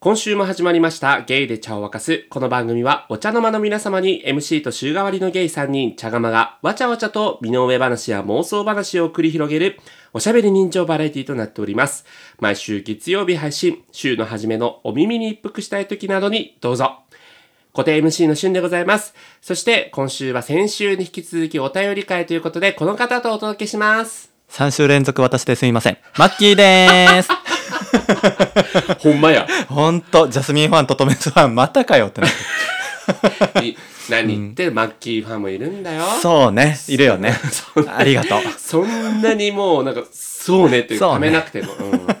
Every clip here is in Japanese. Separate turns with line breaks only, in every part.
今週も始まりましたゲイで茶を沸かす。この番組はお茶の間の皆様に MC と週替わりのゲイ3人、茶釜がわちゃわちゃと身の上話や妄想話を繰り広げるおしゃべり人情バラエティとなっております。毎週月曜日配信、週の初めのお耳に一服したい時などにどうぞ。固定 MC の旬でございます。そして今週は先週に引き続きお便り会ということでこの方とお届けします。
3週連続私ですみません。マッキーでーす。
ほんまや。
ほんと、ジャスミンファン、トトメスファン、またかよってなって
い何言ってる、マッキーファンもいるんだよ。
そうね、いるよね。ありがとう。
そんなにもう、なんか、そうねっていう、た
そうね
めなくても。うん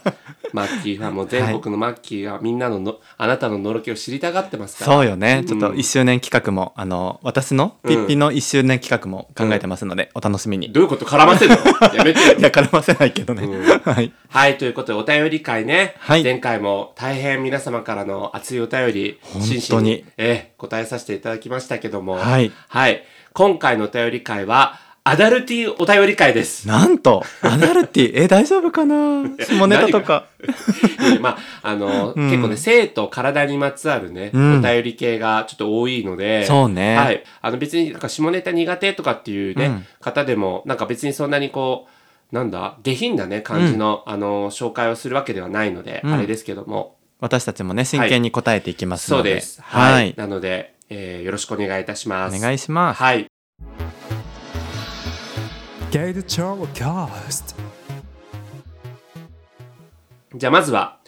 マッキーファンも全国のマッキーがみんなのの、あなたののろけを知りたがってますから。
そうよね。ちょっと1周年企画も、あの、私のピッピの1周年企画も考えてますので、お楽しみに。
どういうこと絡ま せるのやめてよ
いや、絡ませないけどね。はい。
はい、ということで、お便り会ね。
はい
前回も大変皆様からの熱いお便り、
本当に
真摯ええ、答えさせていただきましたけども。
はい。
はい。今回のお便り会は、アダルティお便り会です。
なんと、アダルティ、え、大丈夫かな下ネタとか。
でまあ、あの、
うん
結構ね、性と体にまつわるね、
うん
お便り系がちょっと多いので、
そうね
はい。あの、別になんか下ネタ苦手とかっていうね、
うん
方でも、なんか別にそんなにこう、なんだ、下品なね、感じの、あの、紹介をするわけではないので、
うん
あれですけども、
私たちもね、真剣に答えていきます
そう
ので。
です。はい。
はい。
なので、えーよろしくお願いいたしま
お
す。
願いします。
はい。
ゲイルチャーキャスト
じゃあ、まずは、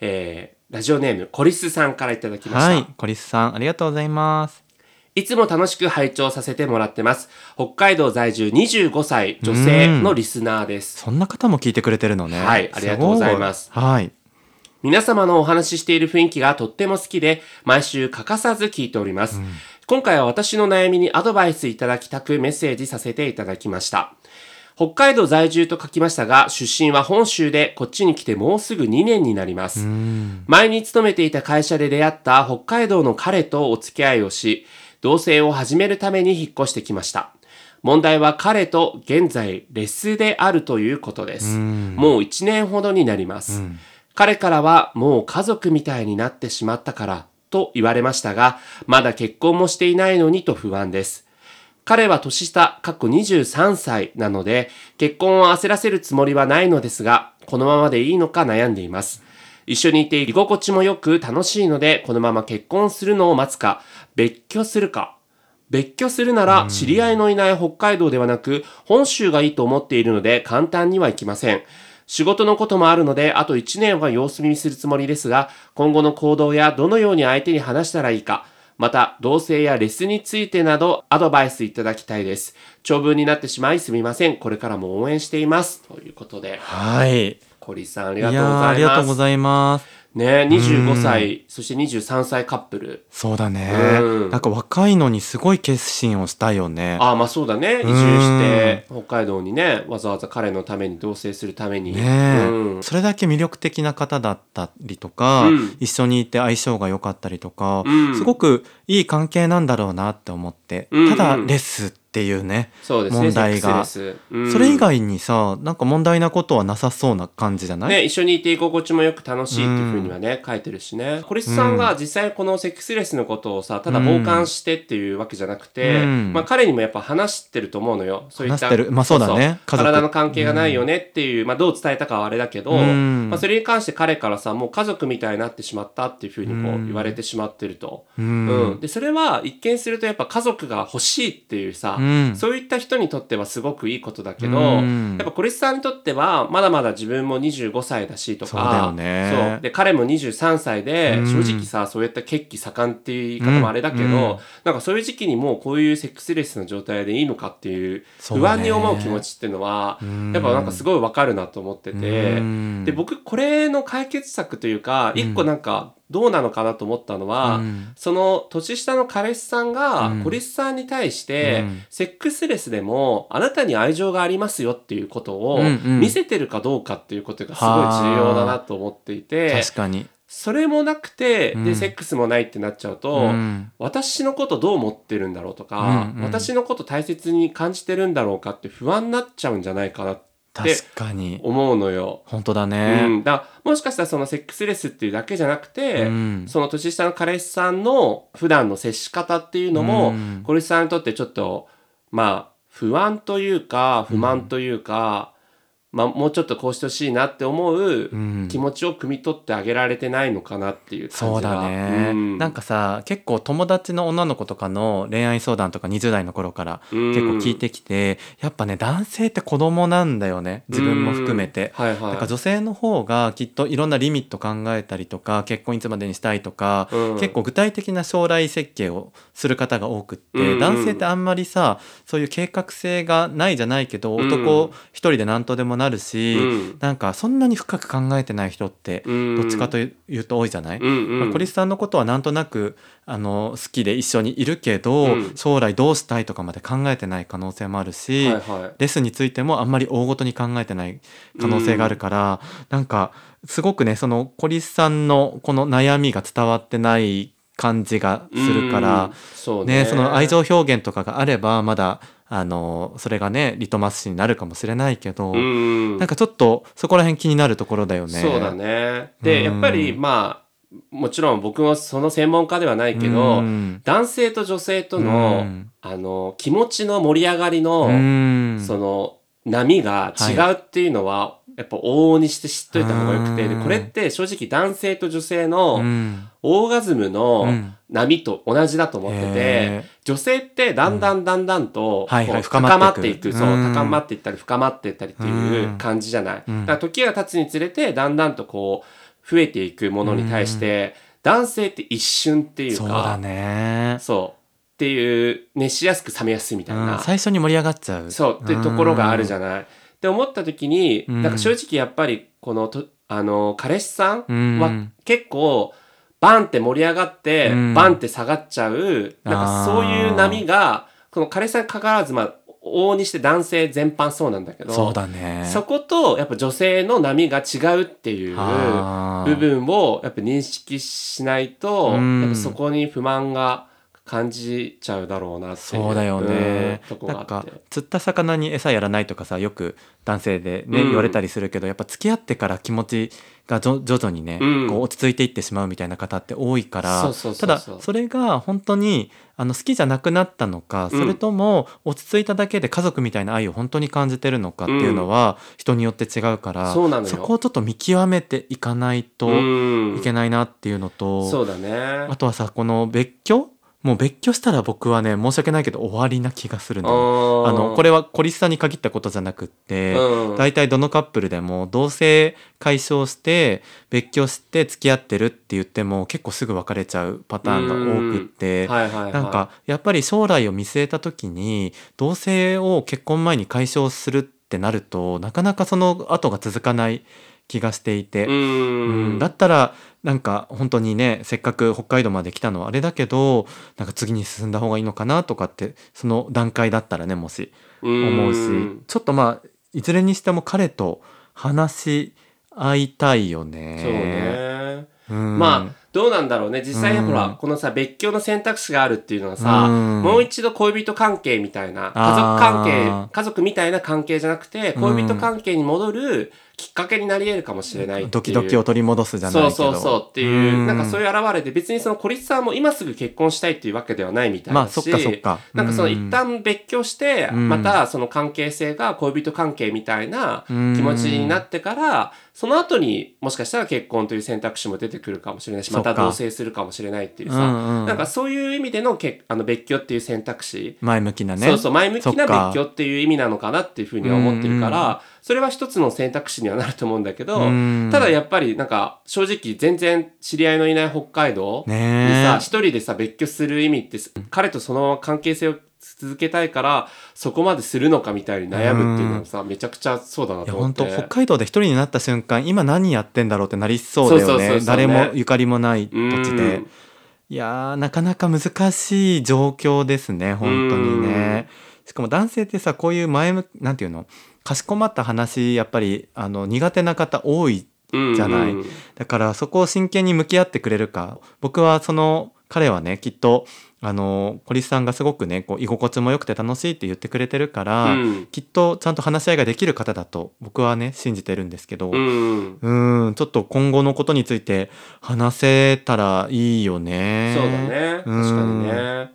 えーラジオネーム、コリスさんからいただきました。
はい。コリスさん、ありがとうございます。
いつも楽しく拝聴させてもらってます。北海道在住25歳女性のリスナーです。
そんな方も聞いてくれてるのね。
はいありがとうございます
ごいはい。
皆様のお話ししている雰囲気がとっても好きで、毎週欠かさず聞いております。今回は私の悩みにアドバイスいただきたくメッセージさせていただきました。北海道在住と書きましたが、出身は本州で、こっちに来てもうすぐ2年になります。前に勤めていた会社で出会った北海道の彼とお付き合いをし、同棲を始めるために引っ越してきました。問題は彼と現在レスであるということです。もう1年ほどになります。彼からはもう家族みたいになってしまったからと言われましたが、まだ結婚もしていないのにと不安です。彼は年下、過去23歳なので、結婚を焦らせるつもりはないのですが、このままでいいのか悩んでいます。一緒にいて居心地もよく楽しいので、このまま結婚するのを待つか、別居するか。別居するなら、知り合いのいない北海道ではなく、本州がいいと思っているので、簡単にはいきません。仕事のこともあるので、あと1年は様子見するつもりですが、今後の行動やどのように相手に話したらいいか、また、同性やレスについてなどアドバイスいただきたいです。長文になってしまいすみません。これからも応援しています。ということで、
はい。い
コリさんあり
や
がとうご
ーあ
ざ
り
い
がと
ま
う
す
ご。ざいます。
ね25歳、そして23歳カップル。
そうだね
うん。
なんか若いのにすごい決心をしたよね。
ああ、まあそうだね。移住して、北海道にね、わざわざ彼のために同棲するために。
ねえ、
うん。
それだけ魅力的な方だったりとか、
うん
一緒にいて相性が良かったりとか、
うん
すごくいい関係なんだろうなって思って、
うん
ただレスっていうね、
そうですね、
問題が
セックスレスうん
それ以外にさなんか問題なことはなさそうな感じじゃない、
ね、一緒にいて居心地もよく楽しいっていうふうにはね、書いてるしね。コリスさんが実際このセックスレスのことをさ、ただ傍観してっていうわけじゃなくて、
うん
まあ彼にもやっぱ話してると思うのよ。そういった。
話してるまあそうだね
そう
家
そう
族
体の関係がないよねっていう、まあどう伝えたかはあれだけど、
うん
まあそれに関して彼からさ、もう家族みたいになってしまったっていうふうにこ
う
うん言われてしまってると。
う
うんん。で、それは一見するとやっぱ家族が欲しいっていうさ、
うん
そういった人にとってはすごくいいことだけど、
うん
やっぱコリスさんにとっては、まだまだ自分も25歳だしとか、
そうだよね
そうで、彼も23歳で、
うん
正直さ、そういった血気盛んっていう言い方もあれだけど、
うんうん
なんかそういう時期にもうこういうセックスレスの状態でいいのかっていう、
そうね
不安に思う気持ちっていうのは、
うん
やっぱなんかすごいわかるなと思ってて、
うん
で、僕、これの解決策というか、一個なんか、どうなのかなと思ったのは、
うん
その年下の彼氏さんが、
うん
コリスさんに対して、
うん
セックスレスでもあなたに愛情がありますよっていうことを
うんうん
見せてるかどうかっていうことがすごい重要だなと思っていて
確かに、
それもなくて、
うん
でセックスもないってなっちゃうと、
うん
私のことどう思ってるんだろうとか、
うんうん
私のこと大切に感じてるんだろうかって不安になっちゃうんじゃないかなって
確かに
思うのよ。
本当だ
う
ね
ん、だからもしかしたらそのセックスレスっていうだけじゃなくて、
うん
その年下の彼氏さんの普段の接し方っていうのも、
うん
コリスさんにとってちょっとまあ不安というか不満というか、まあ、もうちょっとこうしてほしいなって思う
うん
気持ちを汲み取ってあげられてないのかなっていう感
そう
じが
だね、
うん
なんかさ結構友達の女の子とかの恋愛相談とか20代の頃から
うん
結構聞いてきて、やっぱね男性って子供なんだよね自分も含めて。
うんはいはい
なんか女性の方がきっといろんなリミット考えたりとか結婚いつまでにしたいとか、
うん
結構具体的な将来設計をする方が多くって、
うんうん
男性ってあんまりさそういう計画性がないじゃないけど
うん
男一人で何とでもなるし、
うん
なんかそんなに深く考えてない人って
うん
どっちかというと多いじゃない、
うんうん
まあコリスさんのことはなんとなくあの好きで一緒にいるけど、
うん
将来どうしたいとかまで考えてない可能性もあるし、
はいはい
レスについてもあんまり大ごとに考えてない可能性があるから、なんかすごくねそのコリスさんのこの悩みが伝わってない感じがするから、
うんそう
ね
ね
その愛情表現とかがあればまだあのそれがねリトマス紙になるかもしれないけど、
うん
なんかちょっとそこら辺気になるところだよね。
そうだね。で、
うん
やっぱりまあもちろん僕もその専門家ではないけど、
うん
男性と女性との、
うん
あの気持ちの盛り上がりの、
うん
その波が違うっていうのは、やっぱ往々にして知っといた方がよくて、で
うん
これって正直男性と女性の、
うん
オーガズムの
うん
波と同じだと思ってて、
へー
女性ってだんだんだんだんとこう
はいはい
高
深
ま
ま
っ
ってて
い
い
く、
く
そう
うん
高まっていったり深まっていったりっていう感じじゃない。
うん
だから時が経つにつれてだんだんとこう増えていくものに対して、男性って一瞬っていうか、
そうだね、
そうっていう熱しやすく冷めやすいみたいな、
うん最初に盛り上がっちゃう
そうってところがあるじゃない。って思った時に、
うん
なんか正直やっぱりこのとあの彼氏さん
うん
は結構バンって盛り上がって、
うん
バンって下がっちゃうなんか
あー
そういう波がこの彼氏さんに関わらずまあ往々にして男性全般そうなんだけど
そうだね
そことやっぱ女性の波が違うっていう
あー
部分をやっぱ認識しないと、
うん
やっぱそこに不満が感じちゃうだろうなっていう
そうだよね
うんとこ
なん
があっ
か
て。
釣った魚に餌やらないとかさよく男性でね、
うん
言われたりするけどやっぱ付き合ってから気持ちがじょ徐々にね、
うん
こう落ち着いていってしまうみたいな方って多いから
そうそうそうそう
ただそれが本当にあの好きじゃなくなったの
う
か、
ん
それとも落ち着いただけで家族みたいな愛を本当に感じてるのかっていうのは人によって違うから、
そうなのよ
こをちょっと見極めていかないと
うん
いけないなっていうのと、
そうだね
あとはさこの別居もう別居したら僕はね申し訳ないけど終わりな気がするの。あのこ
れ、
れはコリスさんに限ったことじゃなくって、
うん
大体どのカップルでも同性解消して別居して付き合ってるって言っても結構すぐ別れちゃうパターンが多くって、
はいはいはい、
なんかやっぱり将来を見据えた時に同性を結婚前に解消するってなるとなかなかその後が続かない気がしていて、
う
うん
ん
だったらなんか本当にねせっかく北海道まで来たのはあれだけどなんか次に進んだ方がいいのかなとかってその段階だったらねもし思うし
ん
ちょっとまあいずれにしても彼と話し合いたいよね。
そうね、
うん
まあどうなんだろうね実際
うん
ほら、このさ別居の選択肢があるっていうのはさ、
うん
もう一度恋人関係みたいな家族
あー
関係家族みたいな関係じゃなくて
うん
恋人関係に戻るきっかけになり得るかもしれないっていう
ドキドキを取り戻すじゃないけど
そうそうそうっていう、なんかそう
い
いう現れで別にその孤立さんも今すぐ結婚したいっていうわけではないみたい
まあ
だ
そっ
し、
かそっか
なんかその
うん
一旦別居して、
うん
またその関係性が恋人関係みたいな気
うん
持ちになってから、その後にもしかしたら結婚という選択肢も出てくるかもしれないし、
そ
ま
っか
た同棲するかもしれないっていうさ、
うんうん
なんかそういう意味でのけあの別居っていう選択肢、
前向きなね
そうそう、前向きな
そっか
別居っていう意味なのかなっていうふうには思ってるから、それは一つの選択肢にはなると思うんだけど
うん、
ただやっぱりなんか正直全然知り合いのいない北海道に
ねえ
さ、一人でさ、別居する意味って、彼とそのまま関係性を続けたいから、そこまでするのかみたいに悩むっていうのはさ、めちゃくちゃそうだない
や
と思っ
本
て。
当北海道で一人になった瞬間今何やってんだろうってなりそうだ
そ
よ
うそうそう
ね
そうね
誰もゆかりもない土地
う
で
ん
いやーなかなか難しい状況ですね本当にねしかも男性ってさこういう前向きなんていうのかしこまった話やっぱりあの苦手な方多い
うん
じゃないだからそこを真剣に向き合ってくれるか僕はその彼はねきっとあの小リさんがすごくねこう居心地も良くて楽しいって言ってくれてるから、
うん
きっとちゃんと話し合いができる方だと僕はね信じてるんですけど、
うん。
うーん、ちょっと今後のことについて話せたらいいよね。
そうだね。確
うん
かにね。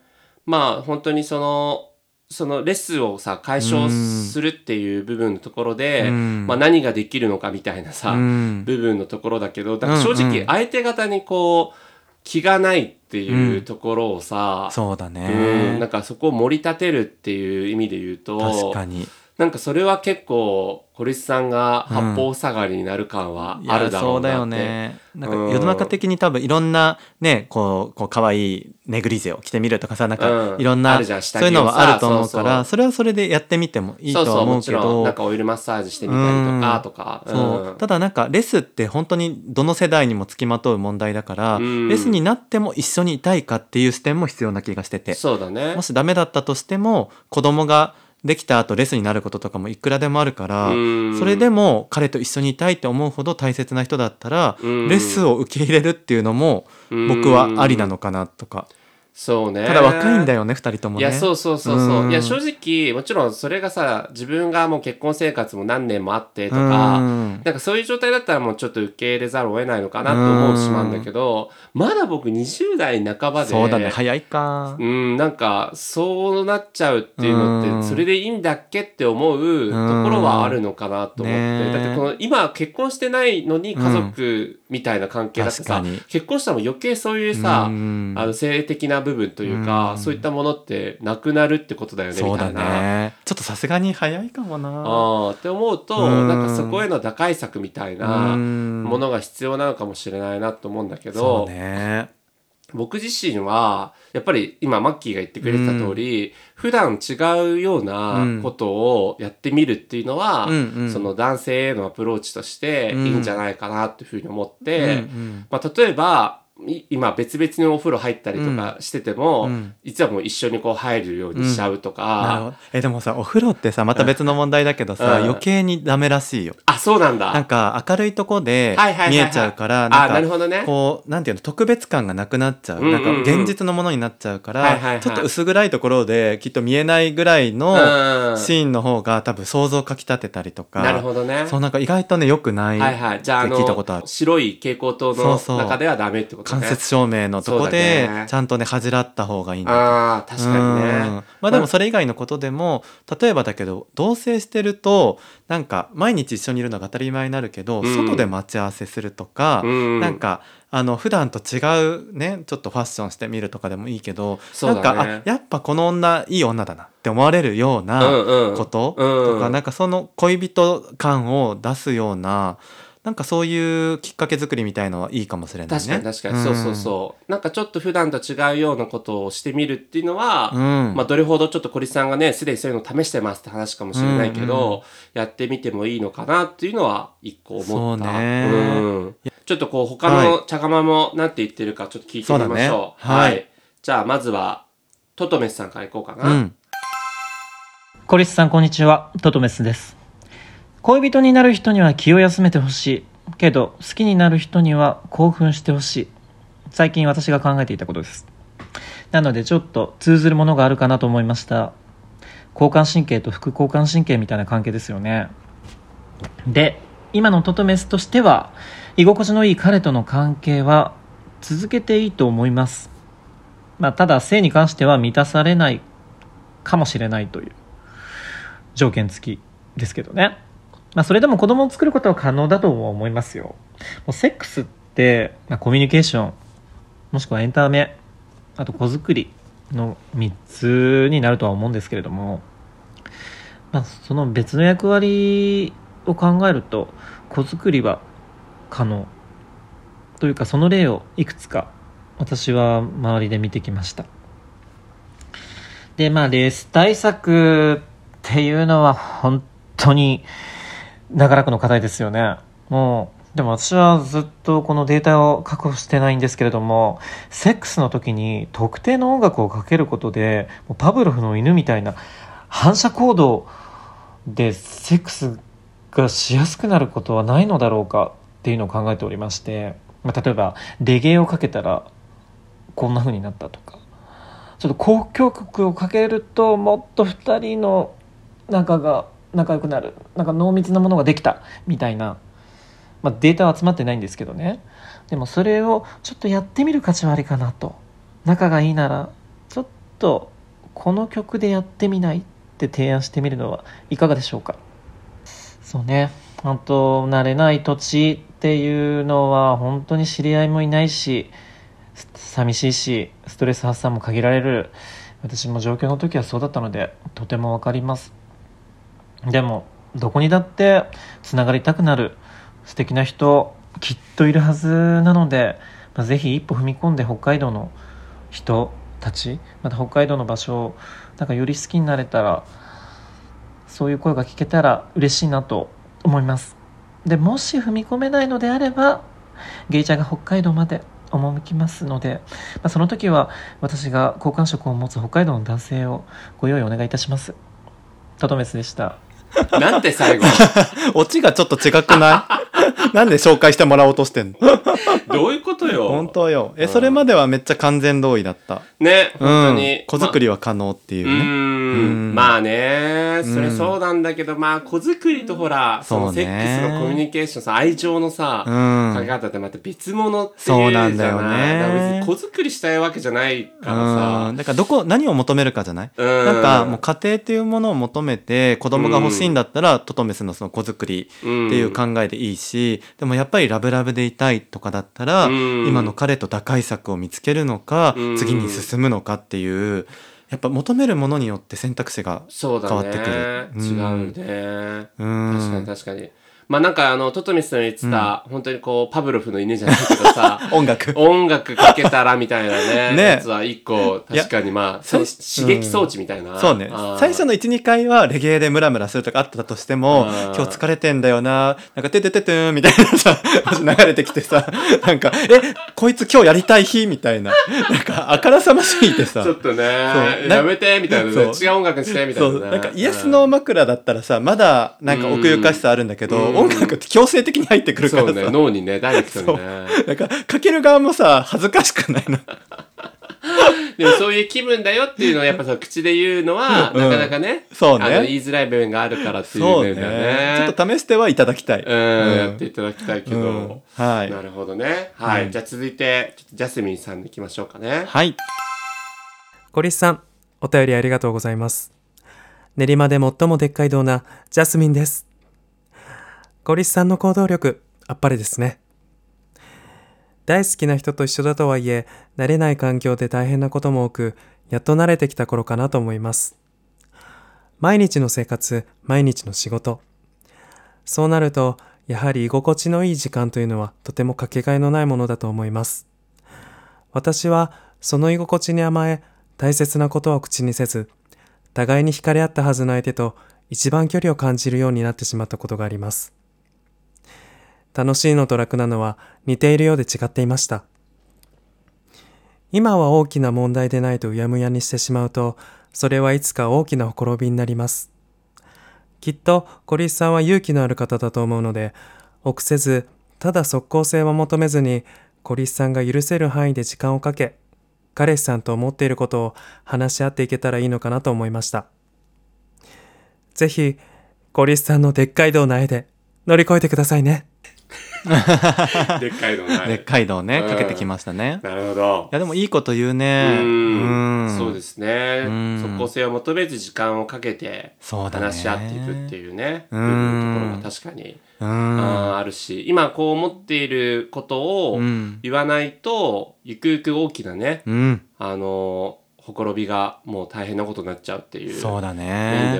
まあ本当にその、そのレスをさ、解消するっていう部分のところで、
うん
まあ何ができるのかみたいなさ、
うん
部分のところだけど、だから正
うんう
直
ん
相手方にこう、気がないっていううんところをさ、
そうだ
うん、なん
ね。
かそこを盛り立てるっていう意味で言うと、
確かに。
なんかそれは結構、小リスさんが八方下がりになる感はい
や
あるだろ
そううだ
な
よ
って。
ね。なんか
うん
世の中的に多分いろんなね、こう、こう可愛いネグリゼを着てみるとかさ、なんか
うん
いろん
あ
な、
るじゃん
そ
下
う
着を
い
さ
うのはあると思う
そうそ
か
う
ら、それはそれでやってみてもいいと
そうそ
は
う、
思
も
う
ち
け
ろん、なん
ど、
かオイルマッサージしてみたりとか、とか。
そうただなんかレスって本当にどの世代にもつきまとう問題だから、
うん
レスになっても一緒にいたいかっていう視点も必要な気がしてて。
そうだね
も。しダメだったとしても子供ができた後レスになることとかもいくらでもあるから、
うん
それでも彼と一緒にいたいって思うほど大切な人だったら、
うん
レスを受け入れるっていうのも僕はありなのかなとか、
そうね。
ただ若いんだ
よ、
よね2人とも
い
ね。
や、そうそうそうそう。
うん
いや、正直、もちろんそれがさ、自分がもう結婚生活も何年もあってと
う
か、
ん
なんかそういう状態だったらもうちょっと受け入れざるを得ないのかなと思うしまうんだけど、まだ僕20代半ばで、
そうだね早いか。
うん、なんか、そうなっちゃうっていうの
う
っ
ん
て、それでいいんだっけって思うところはあるのかなと思って。
うんねえ
だってこの、今結婚してないのに家族みたいな関係だってさ、
うん確かに
結婚したらもう余計そういうさ、
うん
あの、性的な部分というか、
うん
そういったものってなくなるってことだよね、
そ
み
う
た
だ
いな。
ねちょっとさすがに早いかもな。
ああ、って思うと、
うん
なんかそこへの打開策みたいなも
も
のが必要なのかもしれないなと思うんだけ
そ
ど、
うね。
僕自身は、やっぱり今マッキーが言ってくれてた通り、普段違うようなことをやってみるっていうのは、
うんうん
その男性へのアプローチとしてい
うん
いんじゃないかなっていうふうに思っ
う
て、
ん
まあ例えば、い今別々にお風呂入ったりとかしてても、
うん
実はもう一緒にこう入るようにしちゃうと
なる
か、
ほどえでもさお風呂ってさまた別の問題だけどさ、
うん
余計にダメらしいよ
あ、そうなんだ。
なんか明るいとこで
はいはいはいはい
見えちゃうから
あ
んか
なるほどね
こうなんていうの特別感がなくなっちゃう,、
うんうんうん
なんか現実のものになっちゃうから、
はいはいはい
ちょっと薄暗いところできっと見えないぐらいの
うん
シーンの方が多分想像をかきたてたりとか
なるほどね。
そうなんか意外とねよくない、
はいはい。じゃあ、あ
って聞いたことあ
の、
る
白い蛍光灯
そうそ
の
う
中ではダメってことね。
間接照明のとこ
そう
で
だね
ちゃんとね恥じらった方がいいんだよ
ああ、確かにね。
うんまあでもそれ以外のことでも例えばだけど同棲してるとなんか毎日一緒にいるのが当たり前になるけど、
うん
外で待ち合わせするとか、
うん
なんかあの普段と違うねちょっとファッションしてみるとかでもいいけど、
そ
な
うんだね
かあやっぱこの女いい女だなって思われるような
うんうん
こと
うん
とか、なんかその恋人感を出すようななんかそういうきっかけ作りみたいのはいいかもしれないね。
確かに確かに、そうそうそうなんかちょっと普段と違うようなことをしてみるっていうのは、
うん
まあどれほどちょっと小リさんがねすでにそういうの試してますって話かもしれないけど、
うん
やってみてもいいのかなっていうのは一個思った
そうね
うん、ちょっとこう他の茶釜もなんて言ってるかちょっと聞いてみましょう
そうだねはい
じゃあまずはトトメスさんからいこうかな、
うん
コリスさんこんにちはトトメスです恋人になる人には気を休めてほしいけど好きになる人には興奮してほしい最近私が考えていたことですなのでちょっと通ずるものがあるかなと思いました交感神経と副交感神経みたいな関係ですよねで今のトトメスとしては居心地のいい彼との関係は続けていいと思いますまあただ性に関しては満たされないかもしれないという条件付きですけどね。まあ、それでも子供を作ることは可能だとも思いますよ。もうセックスって、まあ、コミュニケーション、もしくはエンタメ、あと子作りの3つになるとは思うんですけれども、まあ、その別の役割を考えると、子作りは可能。というか、その例をいくつか私は周りで見てきました。で、まあ、レース対策っていうのは本当に長らくの課題ですよね。もう、でも私はずっとこのデータを確保してないんですけれども、セックスの時に特定の音楽をかけることで、もうパブロフの犬みたいな反射行動でセックスがしやすくなることはないのだろうかっていうのを考えておりまして、まあ、例えばレゲエをかけたらこんな風になったとかちょっと交響曲をかけるともっと2人の仲が仲良くなるなんか濃密なものができたみたいな、まあ、データは集まってないんですけどねでもそれをちょっとやってみる価値はありかなと仲がいいならちょっとこの曲でやってみないって提案してみるのはいかがでしょうかそうねあと慣れない土地っていうのは本当に知り合いもいないしす寂しいしストレス発散も限られる私も上京の時はそうだったのでとても分かりますでもどこにだってつながりたくなる素敵な人きっといるはずなので、まあ、ぜひ一歩踏み込んで北海道の人たちまた北海道の場所をなんかより好きになれたらそういう声が聞けたら嬉しいなと思いますでもし踏み込めないのであればゲイチャーが北海道まで赴きますので、まあ、その時は私が好感触を持つ北海道の男性をご用意お願いいたしますトトメスでした
なんて最後。
オチがちょっと違くな いなんで紹介してもらおうとしてんの
どういうことよ。
本当よ。え、それまではめっちゃ完全同意だった。
ね、本当に。
子作りは可能っていう
まう
ね。
ーん
うん
まあね、それ
うん
そうなんだけど、まあ、子作りとほら、その
そう
セ
ね
ックスのコミュニケーションさ、愛情のさ、
うん
かけ方ってまた別物っていうじゃ
そう
な
ないんだよね
だから別に子作りしたいわけじゃないから
う
さ
ん、だからどこ何を求めるかじゃない、
うん
なんかもう家庭っていうものを求めて子供が欲しいんだったら、トトメスのその子作り
って
っていう考えでいいし、でもやっぱりラブラブでいたいとかだったら、
うん
今の彼と打開策を見つけるのか、
うん
次に進むのかっていうやっぱ求めるものによって選択肢が
そうだね。
変わってくるう
違
ん
うね。
うん
確かに確かに。まあなんかあの、トトミスの言ってた、本当にこう、パブロフの犬じゃないけど さ、
音楽
音楽かけたらみたいなね。
ね
やつは一個、確かにまあ、そう
いや
刺激装置みたいな。
そうね
あー
最初の12回はレゲエでムラムラするとかあったとしても
あー
今日疲れてんだよななんか「ててててーん」みたいなさ流れてきてさなんか「えこいつ今日やりたい日」みたいななんかあからさましいてさ
ちょっとね、
そうな
やめてみたいなね。
そう
違う音楽にしてみた
そ
いな
う
ね。
なんかイエスの枕だったらさまだなんか奥ゆかしさあるんだけど
うん
音楽って強制的に入ってく
うん
るから
そう
さ、
ね、脳にね、ダイレクトにね。
なんかかける側もさ恥ずかしくない の
でもそういう気分だよっていうのはやっぱさ、口で言うのは、
うん
なかなかね、
そうね
あの言いづらい部分があるからっていう
そう
面
ね
だよね。
ちょっと試してはいただきたい、
うん、やっていただきたいけど。
うんはい
なるほどね。はい。
うん
じゃあ続いて、ちょっとジャスミンさんでいきましょうかね。
はい
コリスさん、お便りありがとうございます。練馬で最もでっかい道なジャスミンです。コリスさんの行動力、あっぱれですね。大好きな人と一緒だとはいえ、慣れない環境で大変なことも多く、やっと慣れてきた頃かなと思います。毎日の生活、毎日の仕事。そうなると、やはり居心地のいい時間というのはとてもかけがえのないものだと思います。私はその居心地に甘え大切なことは口にせず互いに惹かれ合ったはずの相手と一番距離を感じるようになってしまったことがあります楽しいのと楽なのは似ているようで違っていました今は大きな問題でないとうやむやにしてしまうとそれはいつか大きなほころびになりますきっとコリスさんは勇気のある方だと思うので臆せずただ即効性は求めずにコリスさんが許せる範囲で時間をかけ彼氏さんと思っていることを話し合っていけたらいいのかなと思いましたぜひコリスさんのでっかい道の絵で乗り越えてくださいね
でっかいのな
で
い
っ。かいのをね
うん
かけてきましたね、い
なるほど。
やでもいいこと言う
うん
ねうん
そうですね
うん。
即効性を求めず時間をかけて
そうだね
話し合っていくっていうね、
うん
部分のところが確かに
うん
あーあるし、今こう思っていることを
うん
言わないと、ゆくゆく大きなね、
うん
あのー、ほころびがもう大変なことになっちゃうっていう。
そうだ
面で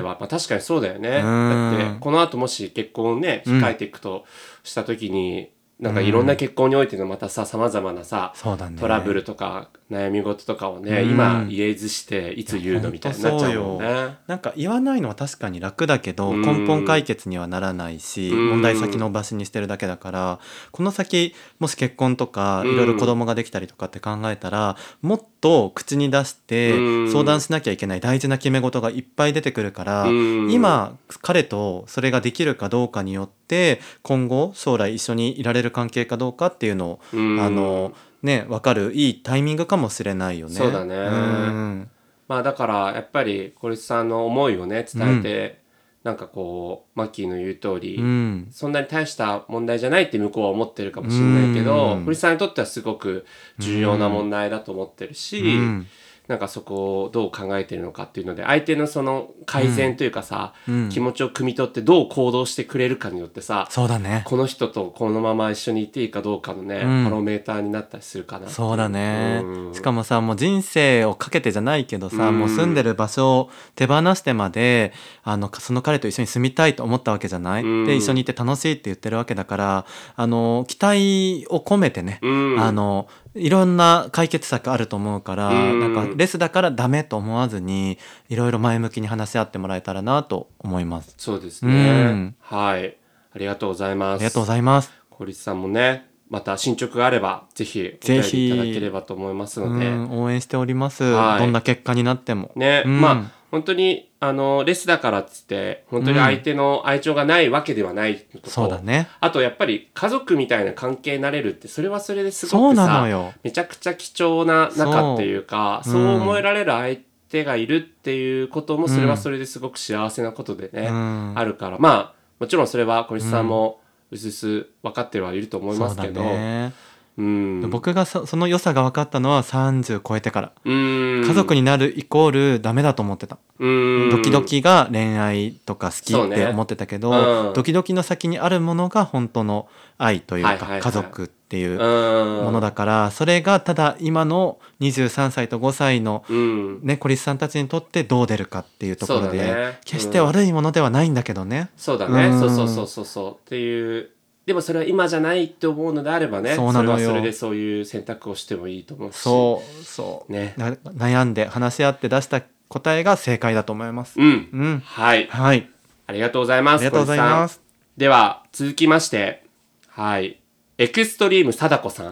ね
は、まあ、確かにそうだよね。
うん
だってこの後もし結婚をね控えていくとした時に、なんかいろんな結婚においてのまたささまざまなさ
そうだね
トラブルとか悩み事とかをね、
うん
今言えずしていつ言うのみたいになっちゃうもん
い
ね。
なんか言わないのは確かに楽だけど、
うん
根本解決にはならないし、
うん
問題先延ばしにしてるだけだからこの先もし結婚とか、
うん
いろいろ子供ができたりとかって考えたらもっと口に出して
うん
相談しなきゃいけない大事な決め事がいっぱい出てくるから、
うん
今彼とそれができるかどうかによってって今後将来一緒にいられる関係かどうかっていうのを、
うん
あのね分かるいいタイミングかもしれないよね。
そうだね
うん
まあだからやっぱり小立さんの思いをね伝えて、なんかこうマッキーの言う通り、
うん
そんなに大した問題じゃないって向こうは思ってるかもしれないけど、
うん
堀さんにとってはすごく重要な問題だと思ってるし、
うん
なんかそこをどう考えてるのかっていうので相手のその改善というかさ、
うん
気持ちを汲み取ってどう行動してくれるかによってさ、
そうだね
この人とこのまま一緒にいていいかどうかのね、
うん
パロメーターになったりするかなってい
そうだね、
うん
しかもさもう人生をかけてじゃないけどさ、
うん
もう住んでる場所を手放してまであのその彼と一緒に住みたいと思ったわけじゃない、
うん
で一緒にいて楽しいって言ってるわけだからあの期待を込めてね、
うん
あのいろんな解決策あると思うから、
うん
なんかレスだからダメと思わずにいろいろ前向きに話し合ってもらえたらなと思います。
そうですね、
うん
はいありがとうございます
ありがとうございます。
小立さんもねまた進捗があればぜひお便
ぜ
り
ひ
いただければと思います
う
ので
ん、応援しております、
はい
どんな結果になっても。
ね、
うん
まあ本当にあのレスだからっつって本当に相手の愛情がないわけではないことと
そうだね。
あとやっぱり家族みたいな関係になれるってそれはそれです
そ
ご
う
く
な
さ
のよ
めちゃくちゃ貴重な中っていうか
そ
そうう,、
うん
思えられる相手がいるっていうこともそれはそれですごく幸せなことでね、
うん
あるからまあもちろんそれは小西さんもうすうす分かってはいると思いますけど、
そうだね
うん、
僕がそその良さが分かったのは30超えてから、
家
家族になるイコールダメだと思ってた、ド
ド
キドキが恋愛とか好き
そう
っ
ね
て思ってたけど、
うん
ドキドキの先にあるものが本当の愛というか、
はいはいはい
家族っていううも
も
のだからそれがただ今の23歳と5歳の
うん
ね、コリスさんたちにとってどう出るかっていうところで、
そうだね
決して悪いものではないんだけどね、
そうだね
うん
そうそうそうそうそうっていうでもそれは今じゃないって思うのであればね
そうなのよ
れはそれでそういう選択をしてもいいと思うし
そうそう、
ね
な悩んで話し合って出した答えが正解だと思います、
うん
うん、
はい
はい
ありがとうございま
あ
す
りがとうございま
小
す
西さんでは続きましてはいエクストリーム貞子さ ん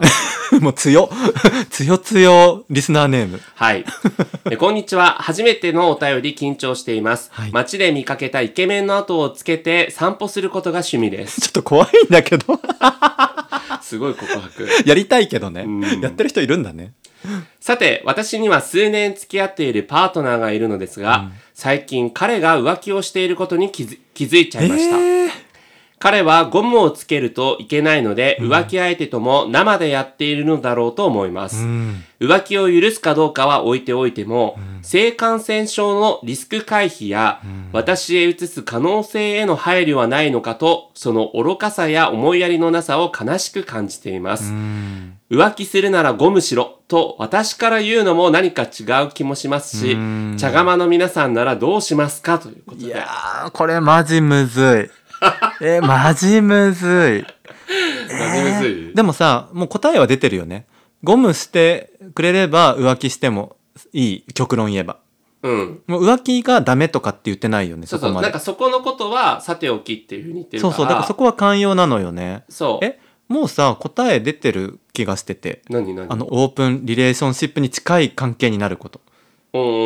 もう強 強強リスナーネーム
はいえこんにちは初めてのお便り緊張しています、
はい
街で見かけたイケメンの後をつけて散歩することが趣味です
ちょっと怖いんだけど
すごい告白
やりたいけどね
うん
やってる人いるんだね
さて、私には数年付き合っているパートナーがいるのですが、最近彼が浮気をしていることに気づ気づいちゃいました。
えー
彼はゴムをつけるといけないので、浮気相手とも生でやっているのだろうと思います。
うん
浮気を許すかどうかは置いておいても、性感染症のリスク回避や、私へ移す可能性への配慮はないのかと、その愚かさや思いやりのなさを悲しく感じています。
うん
浮気するならゴムしろと私から言うのも何か違う気もしますし
うん、
茶釜の皆さんならどうしますかということ
い
で
や。ーこれマジむず いえマジむずい
真面目すぎ
でもさもう答えは出てるよねゴムしてくれれば浮気してもいい極論言えば
うん。
もう浮気がダメとかって言ってないよね
そ
そう
そ
こ
う。
ま
なん
で
かそこのことはさておきっていうふうに言ってるか
そ
ら。
うそうだからそこは寛容なのよね
そう。
えもうさ答え出てる気がしてて
何何
あのオープンリレーションシップに近い関係になること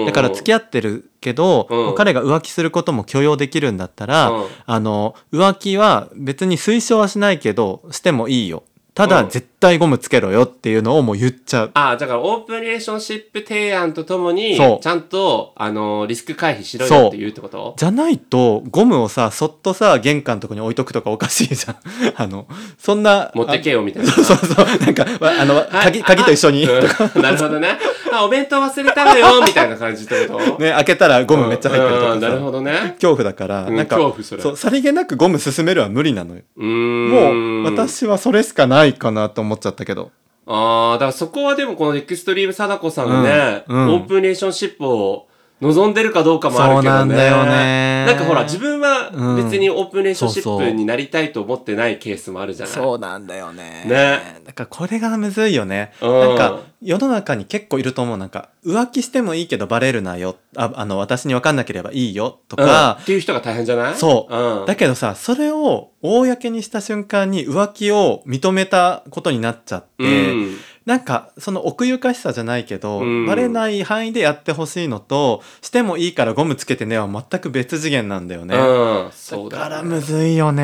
だから付き
合
合ってるけど、
うん
もう彼が浮気することも許容できるんだったら、
うん
あの浮気は別に推奨はしないけどしてもいいよただ
うん
絶対ゴムつけろよっていうのをもう言っちゃう、
ああ、だからオープンリレーションシップ提案とともに、
そう
ちゃんと、あのー、リスク回避しろよっていうってこと
じゃないとゴムをさそっとさ玄関のとこに置いとくとかおかしいじゃん あのそんな
持ってけよみたいな
あそうそうそうなんかわあの鍵鍵と一緒に、
うん なるほどね。あ、お弁当忘れたのよみたいな感じってこと
ね開けたらゴムめっちゃ入ってると
うんう
か
んなるほ
さ
どね。
恐怖だから、
うん
なんか
恐怖それ
うさりげなくゴム進めるは無理なのよ
うーん
もう私はそれしかないかなと思っちゃったけど
ああ、だからそこはでもこのエクストリーム貞子さんがね、
うんうん
オープンリレーションシップを望んでるかどうかもあるけどね。
そうなんだよね
なんかほら、自分
う
は
ん
別にオープンリレーションシ
そ
ッ
うそ
プ
う
になりたいと思ってないケースもあるじゃない。
うなんだよね
ね
だからこれがむずいよね、
うん
なんか世の中に結構いると思うなんか浮気してもいいけどバレるなよああの私に分かんなければいいよと
うん
か
っ、ていう人が大変じゃない
そう、
うん。
だけどさそれを公にした瞬間に浮気を認めたことになっちゃって、
うん
なんかその奥ゆかしさじゃないけど、
うん
バレない範囲でやってほしいのとしてもいいからゴムつけてねは全く別次元なんだよね、
うん。そう
だ
だ。
から
ね
むずいよね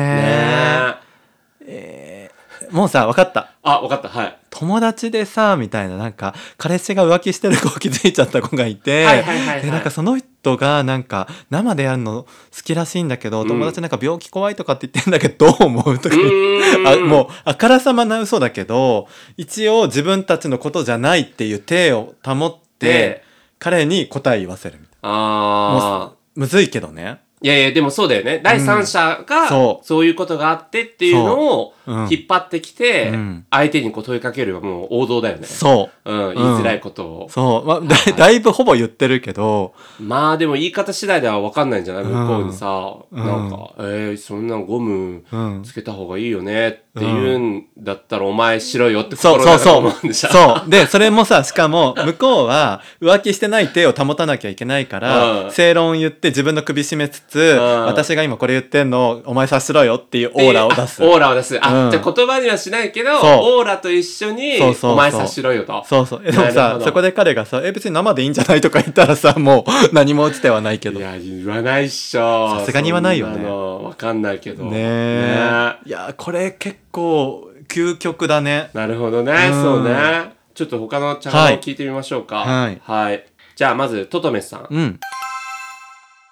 え。
もうさ分かった
あ、わかった。はい。
友達でさみたいななんか彼氏が浮気してる子を気づいちゃった子がいて、
はいはいはいはい
でなんかその人がなんか生でやるの好きらしいんだけど、
ん
友達なんか病気怖いとかって言ってんだけどどう思うとか
う
言って
ーん。
あもうあからさまな嘘だけど一応自分たちのことじゃないっていう体を保って
で
彼に答え言わせるみたいなも
ああ
う。むずいけどね
いやいや、でもそうだよね。第三者が、
そう
そういうことがあってっていうのを
そううん
引っ張ってきて
うん、
相手にこう問いかければもう王道だよね。。
そう
ん、言いづらいことを
う。そう、まあ、だだいぶほぼ言ってるけど
まあでも言い方次第では分かんないんじゃない
うん
向こうにさ、
うん
なんか、えー、そんなゴム
うん
つけた方がいいよねって言うんだったらお前しろよって心
う
の
そう
中で
そ
思うん
う。
でしょ
そう。で、それもさ、しかも、向こうは浮気してない手を保たなきゃいけないから、
うん
正論言って自分の首絞めつつ、
ん
私が今これ言ってんの、お前察しろよっていうオーラを出す。
あオーラを出す。あ、
うん
じゃあ言葉にはしないけど、
そう
オーラと一緒に
そうそう、そう
お前察しろよと。
そうそう。えでも
なる
さ
ほ、ど
そこで彼がさ、え、別に生でいいんじゃないとか言ったらさ、もう 何も落ちてはないけど。
い
ね
や、言わないっしょ。
さすがに言わないよね
そんのわかんないけど。
え
ね。
いや、これ結構、究極だね。
なるほどね、
うん
そうね。ちょっと他のチャンネルを聞いてみましょうか。
はい
はい。じゃあまず、トトメスさん。
うん。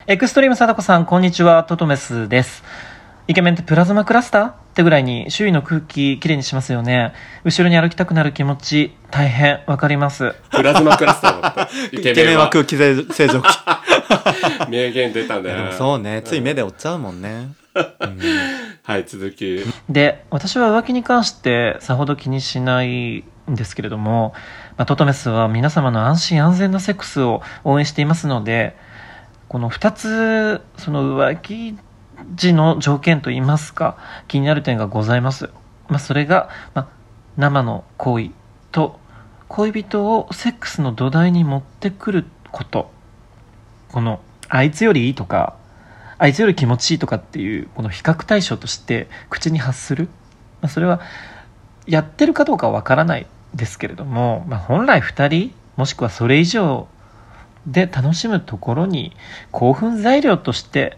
エクストリーム貞子さん、こんにちは、トトメスです。イケメンってプラズマクラスターってぐらいに周囲の空気きれいにしますよね。後ろに歩きたくなる気持ち、大変わかります。
プラズマクラスターだった。イ
イ
ケ
ケ
メ
メ
ン
ン
は
は。空気 清浄機。
名言出たんだ
で
よ
も
ね。
そうね、つい目で追っちゃうも んね。
はい、続き。
で、私は浮気に関してさほど気にしないんですけれども、まあ、トトメスは皆様の安心安全なセックスを応援していますので、この2つ、その浮気時の条件といいますか、気になる点がございます。まあ、それが、まあ、生の行為と、恋人をセックスの土台に持ってくること。この、あいつよりいいとか、あいつより気持ちいいとかっていうこの比較対象として口に発する、まあ、それはやってるかどうかはわからないですけれども、まあ、本来2人もしくはそれ以上で楽しむところに興奮材料として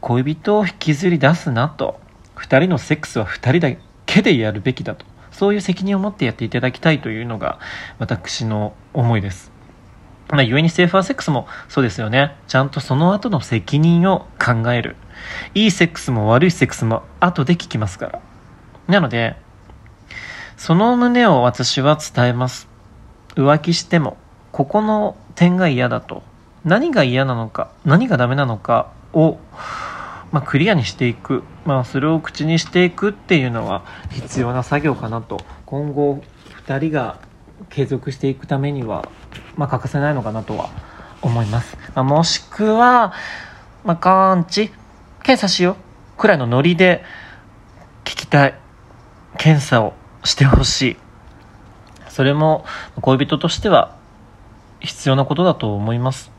恋人を引きずり出すなと2人のセックスは2人だけでやるべきだとそういう責任を持ってやっていただきたいというのが私の思いですまあ、故にセーファーセックスもそうですよね。ちゃんとその後の責任を考える。いいセックスも悪いセックスも後で聞きますから。なので、その旨を私は伝えます。浮気しても、ここの点が嫌だと。何が嫌なのか、何がダメなのかを、まあ、クリアにしていく。まあ、それを口にしていくっていうのは必要な作業かなと。今後、二人が継続していくためには、まあ、欠かせないのかなとは思います、まあ、もしくは、まあ、感知検査しようくらいのノリで聞きたい検査をしてほしいそれも恋人としては必要なことだと思います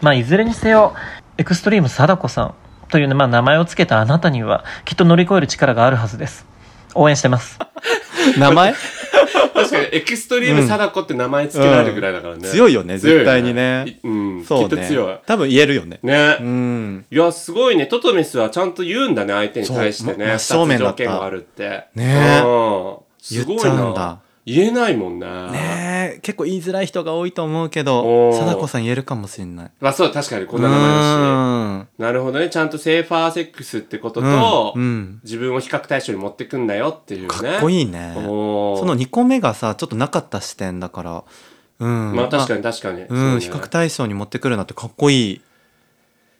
まあいずれにせよエクストリーム貞子さんという、ねまあ、名前を付けたあなたにはきっと乗り越える力があるはずです応援してます
名前
確かに、エクストリーム貞子って名前付けられるぐらいだからね。
うん強いよね絶対にね
いうん、
そう
きっと
ね
強い。。
多分言えるよね。
ね。
うん。
いや、すごいね。トトメスはちゃんと言うんだね、相手に対して
そう
ね。
ま
二つ
正面だった
条件があるって。う
ねえ
ん。すごい
言っちゃうん
な
だ。
言えないもんね。
ねえ、結構言いづらい人が多いと思うけど、
おー
貞子さん言えるかもしれない。
まあそう、確かにこ
うん
な名前だし。
ん。
なるほどね。ちゃんとセーファーセックスってことと、
うんうん
自分を比較対象に持ってくんだよっていうね。
かっこ
い
いいね。
おー
その2個目がさ、ちょっとなかった視点だから。うん。
まあ確か
に。
に確かに。
うん、比
そうね
較対象に持ってくるなってかっこいい。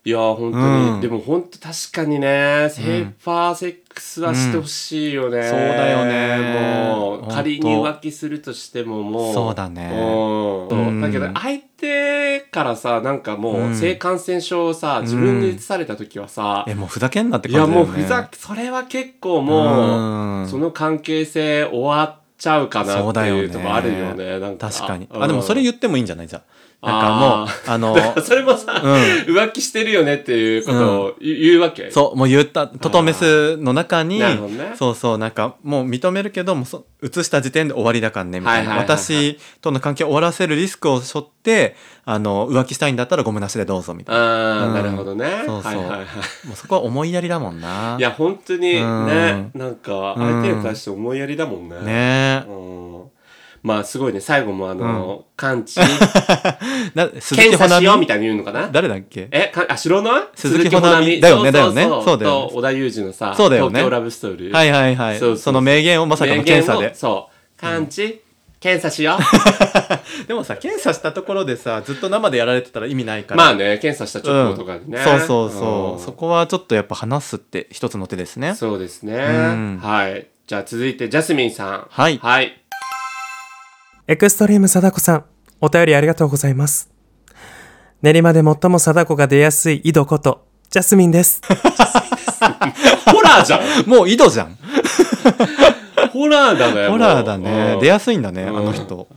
いやー本当に、
うん
でも本当確かにねセーファーセックスはしてほしいよね、
んそうだよね
も
ほん
う
と
仮に浮気するとしてももう
そうだね
うん
うん
だけど相手からさなんかも
う
うん性感染症をさ、自分に移された時はさ、
え、もうふざけんなって
いや
感じだ
もう
よね。
ふざけそれは結構もう、
ん
その関係性終わっちゃうかな
そう
って
だよ
い
ね
うとこあるよねなんか
確かに。
う
あ、
ん
でもそれ言ってもいいんじゃないじゃあ。なんかもう、あの、
それもさ、
う
浮気してるよねっていうことを言う言うわけ、
そう、もう言った、トトメスの中に
なるほどね、
そうそう、なんか、もう認めるけど、もうそ移した時点で終わりだからねみた
はいは
いな、
いはいはい
私との関係を終わらせるリスクを背負ってあの浮気したいんだったらゴムなしでどうぞみたい
ああ、
うん
なるほどね。
そうそ
は
う
いはいはい。
なもうそこは思いやりだもんない
や、本当に
うん
ね、なんか、相手に対して思いやりだもんね。
ね
うん。まあ、すごいね、最後もあの、完治、
えな 鈴
検査しようみ
た
たいに言うのかな
誰だっけ
え、かあ、知らない
鈴木保奈美だよね
そうそう
だよねそうだよね
と、織田裕二のさ、
そうだよね
東京ラブストーリー。。
はいいはいはい
そうそう
その名言をまさかの検査で
そう。完治、検査しよ
でもさ検査したところでさずっと生でやられてたら意味ないか
う。
ら
まあね、検査した直後とかでね。
うんそうそうそう、
ん
そこはちょっとやっぱ話すって一つの手ですね
そうですね。
ん
はい。じゃあ続いて、ジャスミンさん。
はい
はい。
エクストリーム貞子さん、お便りありがとうございます。練馬で最も貞子が出やすい井戸こと、ジャスミンです。
ホラーじゃん
もう井戸じゃん
ホラーだね。
ホラーだ
も
ね
う
出やすいんだねあ
うん
の人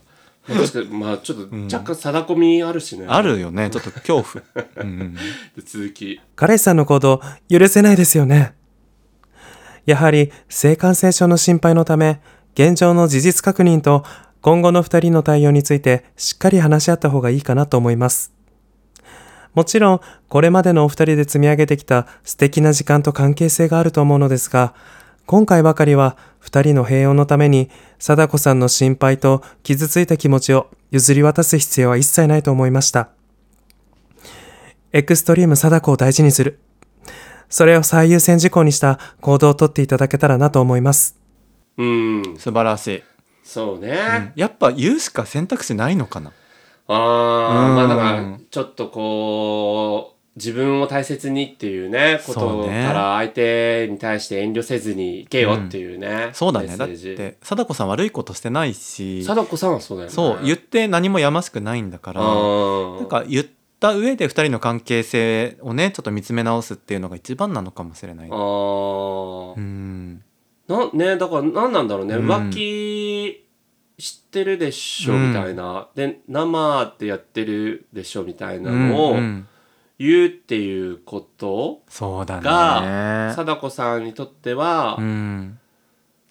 まあ確かに、まあちょっと若干定込みあるしね。
あるよねちょっと恐怖、 うん、
で続き。
彼氏さんの行動、許せないですよね。やはり、性感染症の心配のため、現状の事実確認と、今後の二人の対応について、しっかり話し合った方がいいかなと思います。もちろん、これまでのお二人で積み上げてきた素敵な時間と関係性があると思うのですが、今回ばかりは、二人の平穏のために、貞子さんの心配と傷ついた気持ちを譲り渡す必要は一切ないと思いました。エクストリーム貞子を大事にする。それを最優先事項にした行動をとっていただけたらなと思います。
うん。
素晴らしい、
そうね。
うんやっぱ言うしか選択肢ないのかな
ああ、
うん
まあなんか、ちょっとこう、自分を大切にっていうね、こ
そ
と
う
か
ね
ら相手に対して遠慮せずにいけよっていうね。
そうだ
メ
ね
ッ
だっ
セージ。
て貞子さん悪いことしてないし
貞子さんはそうだよね。
そう言って何もやましくないんだから
うん。
なんか言った上で2人の関係性をねちょっと見つめ直すっていうのが一番なのかもしれない
ああ
う。ん
なねだから何なんだろうね、
うん
浮気知ってるでしょ、
うん
みたいなで生ってやってるでしょみたいなの
う
を
ん
言うっていうこと
そうだ
が、
ね
貞子さんにとっては、
うん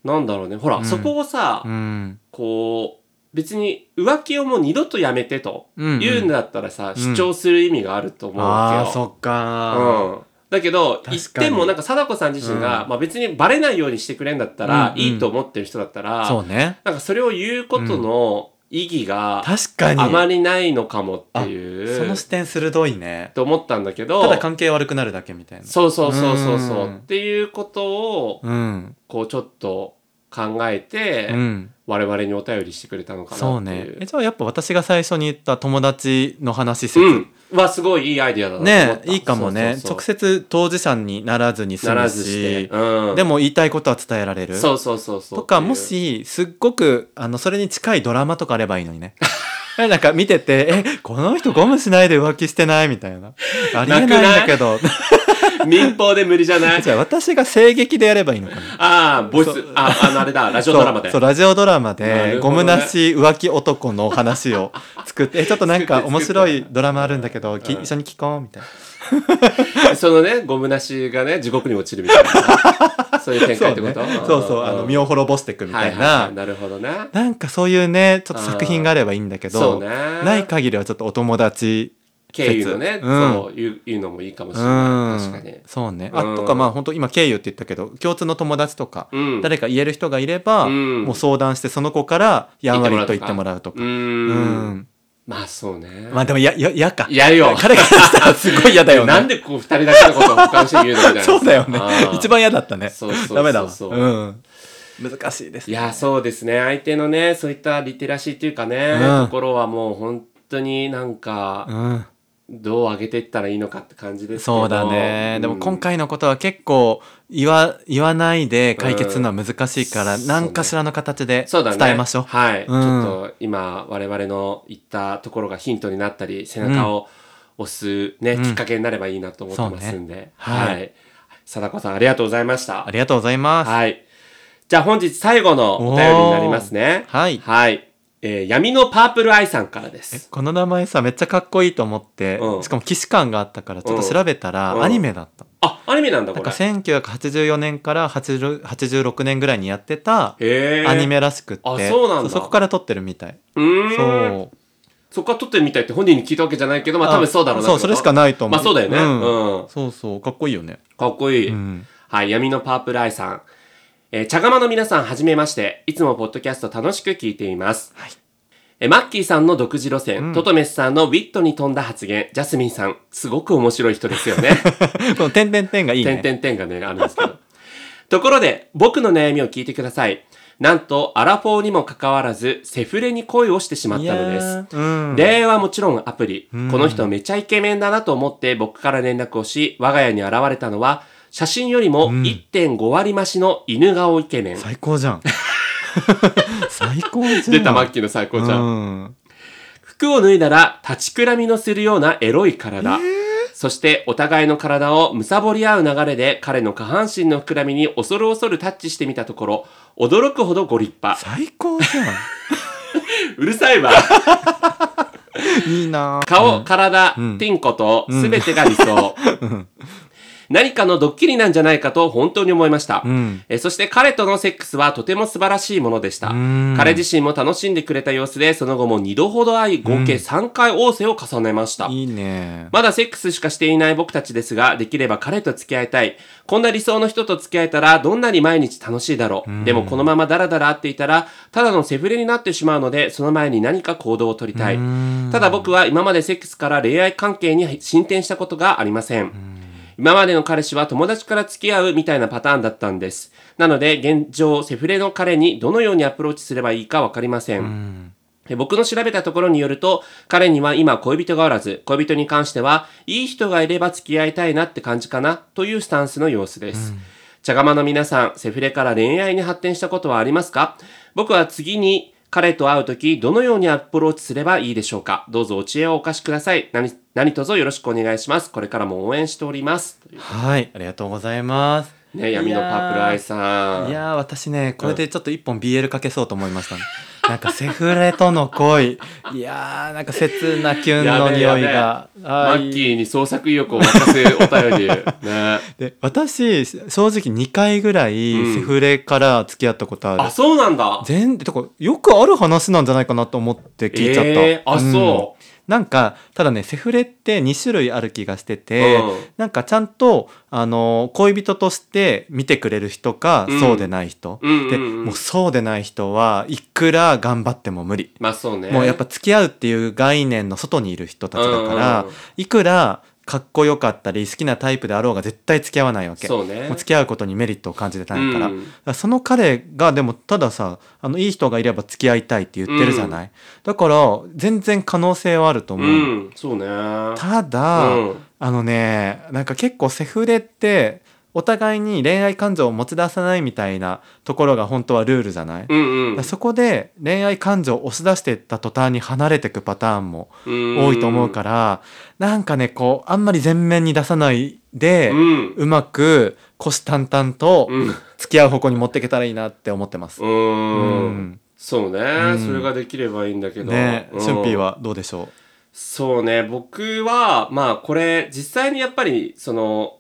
なんだろうねほら、
うん
そこをさ、
うん
こう別に浮気をもう二度とやめてと
うん
言うんだったらさ、主張する意味があると思う
あ
わ
あ
けよ。
そっか
うんだけど
確か
言
に
ってもなんか貞子さん自身が、
う
まあ、別にバレないようにしてくれんだったら、
うんうん
いいと思ってる人だったら、
そうね
なんかそれを言うことの意義が
確かに
あまりないのかもっていう、
その視点鋭いね
と思ったんだけど
ただ関係悪くなるだけみたいな
そうそうそうそうそううんっていうことを
うん
こうちょっと考えて、
うん
我々にお便りしてくれたのか
そ
な
う
ってい
ね
う。
えじゃあやっぱ私が最初に言った友達の話説
うん、はすごいいいアイディアだなと思
ね
った
いいかも
そうそう
ね直
そう
接当事者にならずに済
な
む
ら
し
ずして、うん、
でも言いたいことは伝えられる
そうそうそうそう
と
っ
か
ていう
もしすっごくあのそれに近いドラマとかあればいいの にねなんか見てて「えこの人ゴムしないで浮気してない」みたいなありえないんだけど
民放で無理じゃない
じゃあ私が声劇でやればいいのかな
ああボイス
そう
ああのあれだラジオドラマで
そうそうラジオドラマで、
なるほ
ゴ
どね
ムなし浮気男の話 を作ってえちょっとなんか
作って
面
作って
白いドラマあるんだけど、き
うん
一緒に聞こうみたいな
そのね、ゴムなしがね、地獄に落ちるみたい な。そういう展開ってこと
そう,、そうそうあの身を滅ぼしていくみ
み
たいな、
なるほどね。
なんかそういうねちょっと作品があればいいんだけ
そう
ど、
ね。
ない限りはちょっとお友達
経由のね、
説うん
そういういうのもいいかもし
う
れない。
ん
確かに。
そうね
う
あ
ん
とかまあ本当今経由って言ったけど共通の友達とか、
うん。
誰か言える人がいれば、
うん
もう相談してその子からやんわりと言ってもらうとか
う。
うんん
まあそうね。
まあでもやややか
やるよ。
彼からしたらすごい嫌だよね
なんでこう二人だけのことを他の人に言うのみたいな。
そうだよね
あー
一番嫌だったね
そうそうそうそう
ダメだわうん難しいです
いや、そうですね。相手のね、そういったリテラシーっていうかね、
うん
ところはもう本当になんか、
うん
どう上げていったらいいのかって感じですけど
そうだね、でも今
回
回のことは結構言わ言わないで解決するのは難しいから、
うん
何かしらの形で
そうだね。
伝えましょう
はい。ち
ん
ょっと今、我々の言ったところがヒントになったり、背中を押すね、
うん
きっかけになればいいなと思ってますんで。
そうねは
はいい。貞子さん、ありがとうございました
あ。りがとうございます
はい。じゃあ本日最後のお便りになりますね。
はい
はい。えー闇のパープルアイさんからで
え
す。
この名前さめっちゃかっこいいと思って、
うん
しかも既視感があったからちょっと調べたら、
うん
アニメだった、
あ、アニメなんだ、
な
こ
んか
れ。
1984年から80 86年ぐらいにやってた
へえ。
アニ。メらしくって、
あそうなんだ
そこから撮ってるみたいう
ーん。
そう
そこから撮ってるみたいって本人に聞いたわけじゃないけど、まあ多分そうだろうな
そうそれしか
ない。
ないと思う
まあそうだよね
ん
うん
そうそうかっこいいよね
かっこいい。
うん
はい、闇のパープルアイさん。えー、茶釜の皆さん、はじめまして。いつもポッドキャスト楽しく聞いています。えー、マッキーさんの独自路線、トトメスさんのウィットに富んだ発言、ジャスミンさん、すごく面白い人ですよね。
この点々点 がいいね
点々点がね、あるんですけど。ところで、僕の悩みを聞いてください。なんと、アラフォーにもかかわらず、セフレに恋をしてしまったので
いや
す。
ーうん
恋愛はもちろんアプリ。この人めちゃイケメンだなと思って僕から連絡をし、我が家に現れたのは、写真よりも1.5割増しの犬顔イケメン。
最 高じゃん最高じゃん
出たマッキーの最高じゃん。
うん
服を脱いだら立ちくらみのするようなエロい体。そしてお互いの体を貪り合う流れで彼の下半身の膨らみに恐る恐るタッチしてみたところ、驚くほどご立派。
最高じゃ
うるさいわ。
んいいなー
顔、体、
うん
ティンコと、
うん
すべてが理想。何かのドッキリなんじゃないかと本当に思いました。
うん
えーそして彼とのセックスはとても素晴らしいものでした
ん。
彼自身も楽しんでくれた様子で、その後も2度ほど会い、合計3回仰せを重ねました。
いいね
まだセックスしかしていない僕たちですが、できれば彼と付き合いたい。こんな理想の人と付き合えたら、どんなに毎日楽しいだろう。でもこのままダラダラ会っていたら、ただのセフレになってしまうので、その前に何か行動を取りたい。ただ僕は今までセックスから恋愛関係に進展したことがありません。今までの彼氏は友達から付き合うみたいなパターンだったんです。なので、現状、セフレの彼にどのようにアプローチすればいいかわかりませんえ僕の調べたところによると、彼には今恋人がおらず、恋人に関しては、いい人がいれば付き合いたいなって感じかな、というスタンスの様子です。茶釜の皆さん、セフレから恋愛に発展したことはありますか僕は次に彼と会うとき、どのようにアプローチすればいいでしょうかどうぞお知恵をお貸しください。何、何卒よろしくお願いします。これからも応援しております。という
はいありがとうございます
ね、闇のパープルアイさん。
いやー私ねこれでちょっと一本 BL かけそうと思いましたね、 なんかセフレとの 恋いやーなんか切なキュンの匂いが
マ
は
ッキ
い
ーに創作意欲を渡すお便 り。ね。
で私正直2回ぐらい
うん
セフレから付き合ったことある、
あ、そうなんだ。
全てかよくある話なんじゃないかなと思って聞いちゃった、
えーあ、
うん
そ
なんかただねセフレって2種類ある気がしてて、
うん
なんかちゃんとあの恋人として見てくれる人か、
うん
そうでない人、
うんうんうん
でもうそうでない人はいくら頑張っても無理
う。、まあそうね。
もうやっぱ付き合うっていう概念の外にいる人たちだから、
うんうんうん
いくらかっこよかったり好きなタイプであろうが絶対付き合わないわけ
そうね
もう付き合うことにメリットを感じてないから,、
うん
だからその彼がでもたださあのいい人がいれば付き合いたいって言ってるじゃない、だから全然可能性はあると思
う
う、
ん、そうね。
ただ、
うん
あのねなんか結構セフレってお互いに恋愛感情を持ち出さないみたいなところが本当はルールじゃない、だか
うんう
ら
ん。
そこで恋愛感情を押し出してった途端に離れてくパターンも多いと思うから、なんかねこうあんまり前面に出さないで、
う
うんまく虎視眈々と
うん。
付き合う方向に持っていけたらいいなって思ってます。
う
うんん。
そうね。それができればいいんだけど。
ね
うん
シュンピーはどうでしょ
そうね。僕は、まあこれ、実際にやっぱり、その、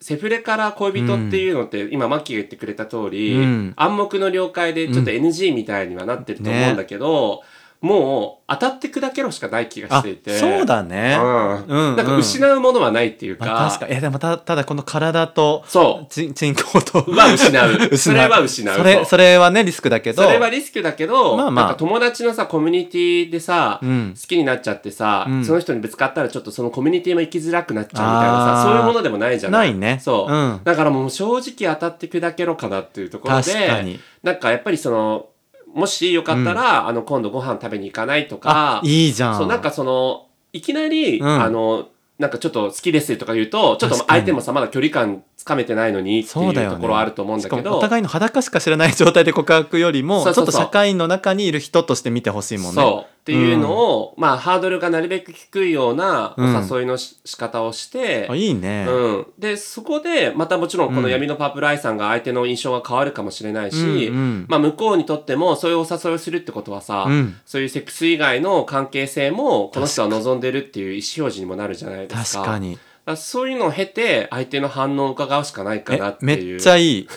セフレから恋人っていうのって、今マッキーが言ってくれた通り、
うん
暗黙の了解でちょっと NG みたいにはなってると思うんだけど、もう当たって砕けろしかない気が
う
し
あ
ていて。
そうだね。
う
うん
ん。なんか失うものはないっていうか。
まあ、確かいやでもたただこの体と
そ
ちちんこうと。
う。は失う
失
それは失う。
それそ
れ
れはねリスクだけど
それはリスクだけど、
まあまあ
なんか友達のさ、コミュニティでさ、
うん
好きになっちゃってさ、
うん
その人にぶつかったらちょっとそのコミュニティも行きづらくなっちゃうみたいなさ、
あー
そういうものでもないじゃない
ないね
そう、
うん
だからもう正直当たって砕けろかなっていうところで、
確かに
なんかやっぱりその、もしよかったら、あの、今度ご飯食べに行かないとか、
あいいじゃん
そう、なんかその、いきなり、
うん
あの、なんかちょっと好きですとか言うと、ちょっと
確かに
相手もさ、まだ距離感つかめてないのにってい
そう
う
だよね
ところはあると思うんだ
しか
け
もお
ど、
互いの裸しか知らない状態で告白よりも
そうそうそう
ちょっと社会の中にいる人として見てほしいもんね
そう。っていうのを、まあ、ハードルがなるべく低いようなお誘いのし、仕方をして
あ、いいね、
うん。で、そこで、またもちろんこの
うん
闇のパープルアイさんが相手の印象が変わるかもしれないし、
うんうん
まあ、向こうにとってもそういうお誘いをするってことはさ、
うん
そういうセックス以外の関係性も、この人は望んでるっていう意思表示にもなるじゃないですか。
確かに
らそういうのを経て、相手の反応を伺うしかないか
え
なっていう。
めっちゃい い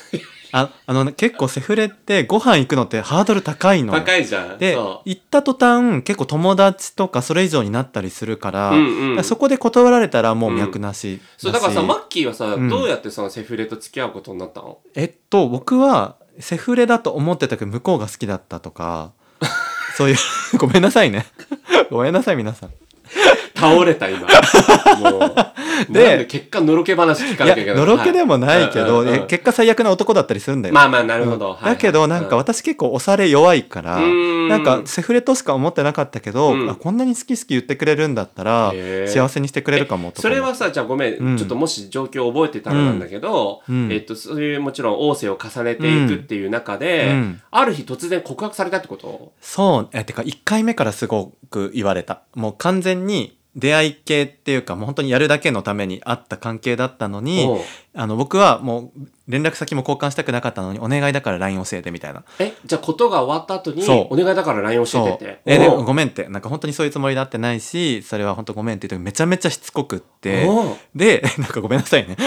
ああのね結構セフレってご飯行くのってハードル高いの
高いじゃん。
で
そ
行った途端結構友達とかそれ以上になったりするから,、
う。うんうん。
そこで断られたらもう脈なしだし、
そう、だからさ、マッキーはさ、
うん
どうやってそのセフレと付き合うことになったの
えっと僕はセフレだと思ってたけど向こうが好きだった とかそういう ごめんなさいね ごめんなさい皆さん
倒れ た、今。もう。なん
で
で、結果、のろけ話聞か
い
なきゃいけ
や
ない。
のろけでもないけど、
はいうんうんうん
え結果最悪な男だったりするんだよ、
まあまあ、なるほど。
うん
はいはい
だけどなんか、私結構押され弱いから、
うん
なんかセフレとしか思ってなかったけど、
うん
あこんなに好き好き言ってくれるんだったら
へー
幸せにしてくれるかもとか
それはさ、じゃあごめん、
うん
ちょっともし状況を覚えてたらなんだけど、
うん
えっと、そういうもちろん旺盛を重ねていくっていう中で、
うん
ある日突然告白されたってこと
そうえてか1回目からすごく言われたもう完全に出会い系っていうかもう本当にやるだけのためにあった関係だったの
お
に
う
あの僕はもう連絡先も交換したくなかったのにお願いだから LINE 教えてみたいな
え、じゃあことが終わった後に、
そう
お願いだから LINE 教
そ
えてっ
う
て。
えで
おう
ごめんってなんか本当にそういうつもりだってないしそれは本当ごめんって言うとめちゃめちゃしつこくって
おう
で なんかごめんなさいね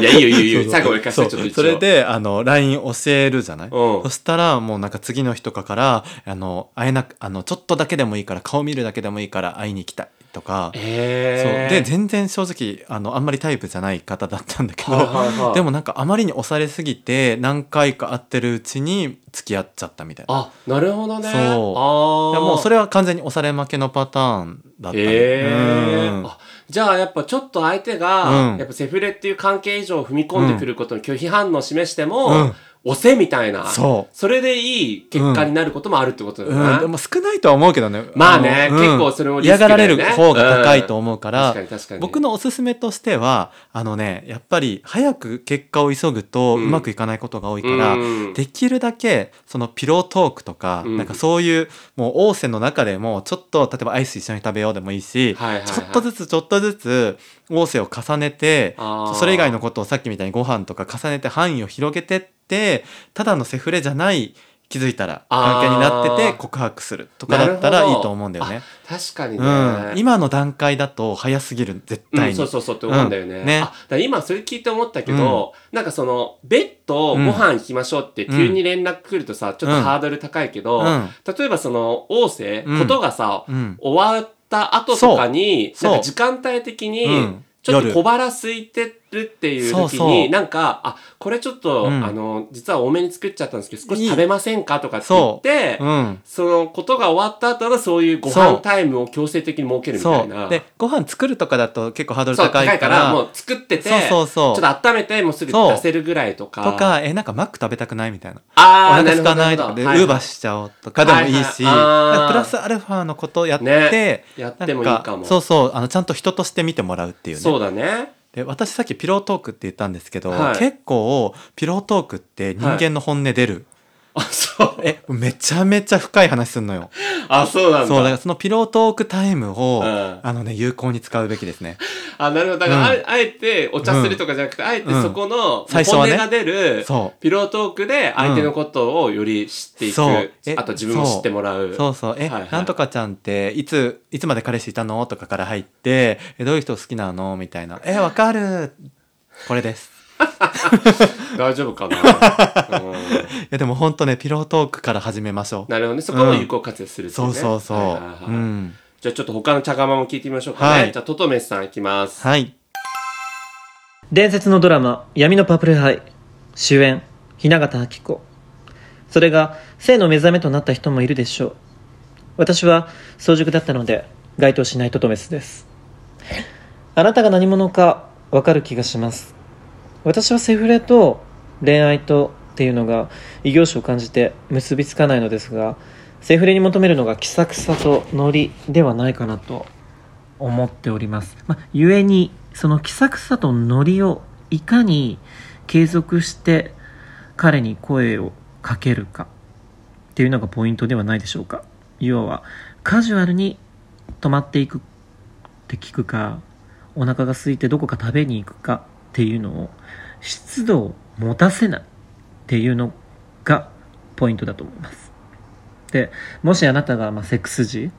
いや、いいよいいよいいよ。最後
そう
一回して、ちょっと
そう
一応。
それであの LINE 教えるじゃない
うん
そしたらもうなんか次の日とかからあの会えなくあのちょっとだけでもいいから顔見るだけでもいいから会いに行きたいとか、
えー、
そうで全然正直あのあんまりタイプじゃない方だったんだけど、
はいはいはい
でもなんかあまりに押されすぎて何回か会ってるうちに付き合っちゃったみたいな。
あ、なるほどね。
そうい
あ
や
あ。
もうそ
れ
れは完全に押され負けのパターンだったね、
え
う
ー
ん
あじゃあやっぱちょっと相手が、
うん
やっぱセフレっていう関係以上踏み込んでくることに拒否反応を示しても、
うん
押せみたいな。
そう
それでいい結果になることもあるってことだよね。
うん、でも少ないとは思うけどね。
まあね
の
結構それもリス
嫌
キー
が
だ
ら
よね
れる方が高いと思うから、
確かに確かに。
僕のおすすめとしては、あのね、やっぱり早く結果を急ぐと
う
うんまくいかないことが多いから、
うん
できるだけそのピロートークとか、
うん
なんかそういうもう王政の中でもちょっと例えばアイス一緒に食べようでもいいし、
はいはいはい
ちょっとずつちょっとずつ王政を重ねて
あー
それ以外のことをさっきみたいにご飯とか重ねて範囲を広げてってただのセフレじゃない気づいたら関係になって
あ
て
ー
告白するとかだったら
なるほ
いい
ど
と思うんだよね。
確かにね。
うん、今の段階だと早すぎる絶
う
対
ん、
に、
そうそうそうって思うんだよね。
うんね
あだから今それ聞いて思ったけど、なんかその、ベッドご飯行きましょうって急に連絡来るとさ、ちょっとハードル高いけど、
うん
例えばその、王政、
うん
ことがさ、
うん
終わった後とかに、
そう
なんか
そ
時間帯的に、
うん
ちょっと
夜
小腹空いてるっていう時に、
そうそう
なんか、あ、これちょっと、
うん
あの、実は多めに作っちゃったんですけど、少し食べませんかとかって言って、
うん、
そのことが終わった後のそういうご
そ
飯
う
タイムを強制的に設けるみた
そ
いな。
うでご飯作るとかだと結構ハードル
そう
高
高
い
い
か
かららもう作ってて
そうそうそう
ちょっと温めてもうすぐ
そう
出せるぐらいとか
とかえなんかマック食べたくないみたいなお
ああ
腹空かないとかでウーバーしちゃおうとかでもいいし、
はいはいあー
だからプラスアルファのことやって、
ねやってもいいかも
そうそうあのちゃんと人として見てもらうっていうね
そうだね
で私さっきピロートークって言ったんですけど、
はい
結構ピロートークって人間の本音出る、
あそう
えめちゃめちゃ深い話すんのよ
あそうなん
そうだか
だ
らそのピロートークタイムを、
うん
あのね有効に使うべきですね
あなるほどだからあ
う
あえてお茶するとかじゃなくてあえてそこの
最初
本
は
音
ね
が出る
そう
ピロートークで相手のことをより知っていく
そうえ
あと自分も知ってもらう
そうそう「え、
はいはい
なんとかちゃんっていついつまで彼氏いたの?」とかから入って「えどういう人好きなの?」みたいな「えわかる!」これです。
大丈夫かなうん
いやでも本当ねピロートークから始めましょう。
なるほどねそこも有効活用するってい
そうう
ね
そうそう。、
はいはいはいう
ん。
じゃあちょっと他の茶釜も聞いてみましょうかね、
はい
じゃあトトメスさんいきます
はい。
伝説のドラマ「闇のパープルハイ」主演雛形あき子それが性の目覚めとなった人もいるでしょう私は早熟だったので該当しないトトメスですあなたが何者かわかる気がします私はセフレと恋愛とっていうのが異業種を感じて結びつかないのですがセフレに求めるのが気さくさとノリではないかなと思っております、まあ、ゆえにその気さくさとノリをいかに継続して彼に声をかけるかっていうのがポイントではないでしょうか要はカジュアルに泊まっていくって聞くかお腹が空いてどこか食べに行くかっていうのを湿度を持たせないっていうのがポイントだと思いますでもしあなたがまあセックス時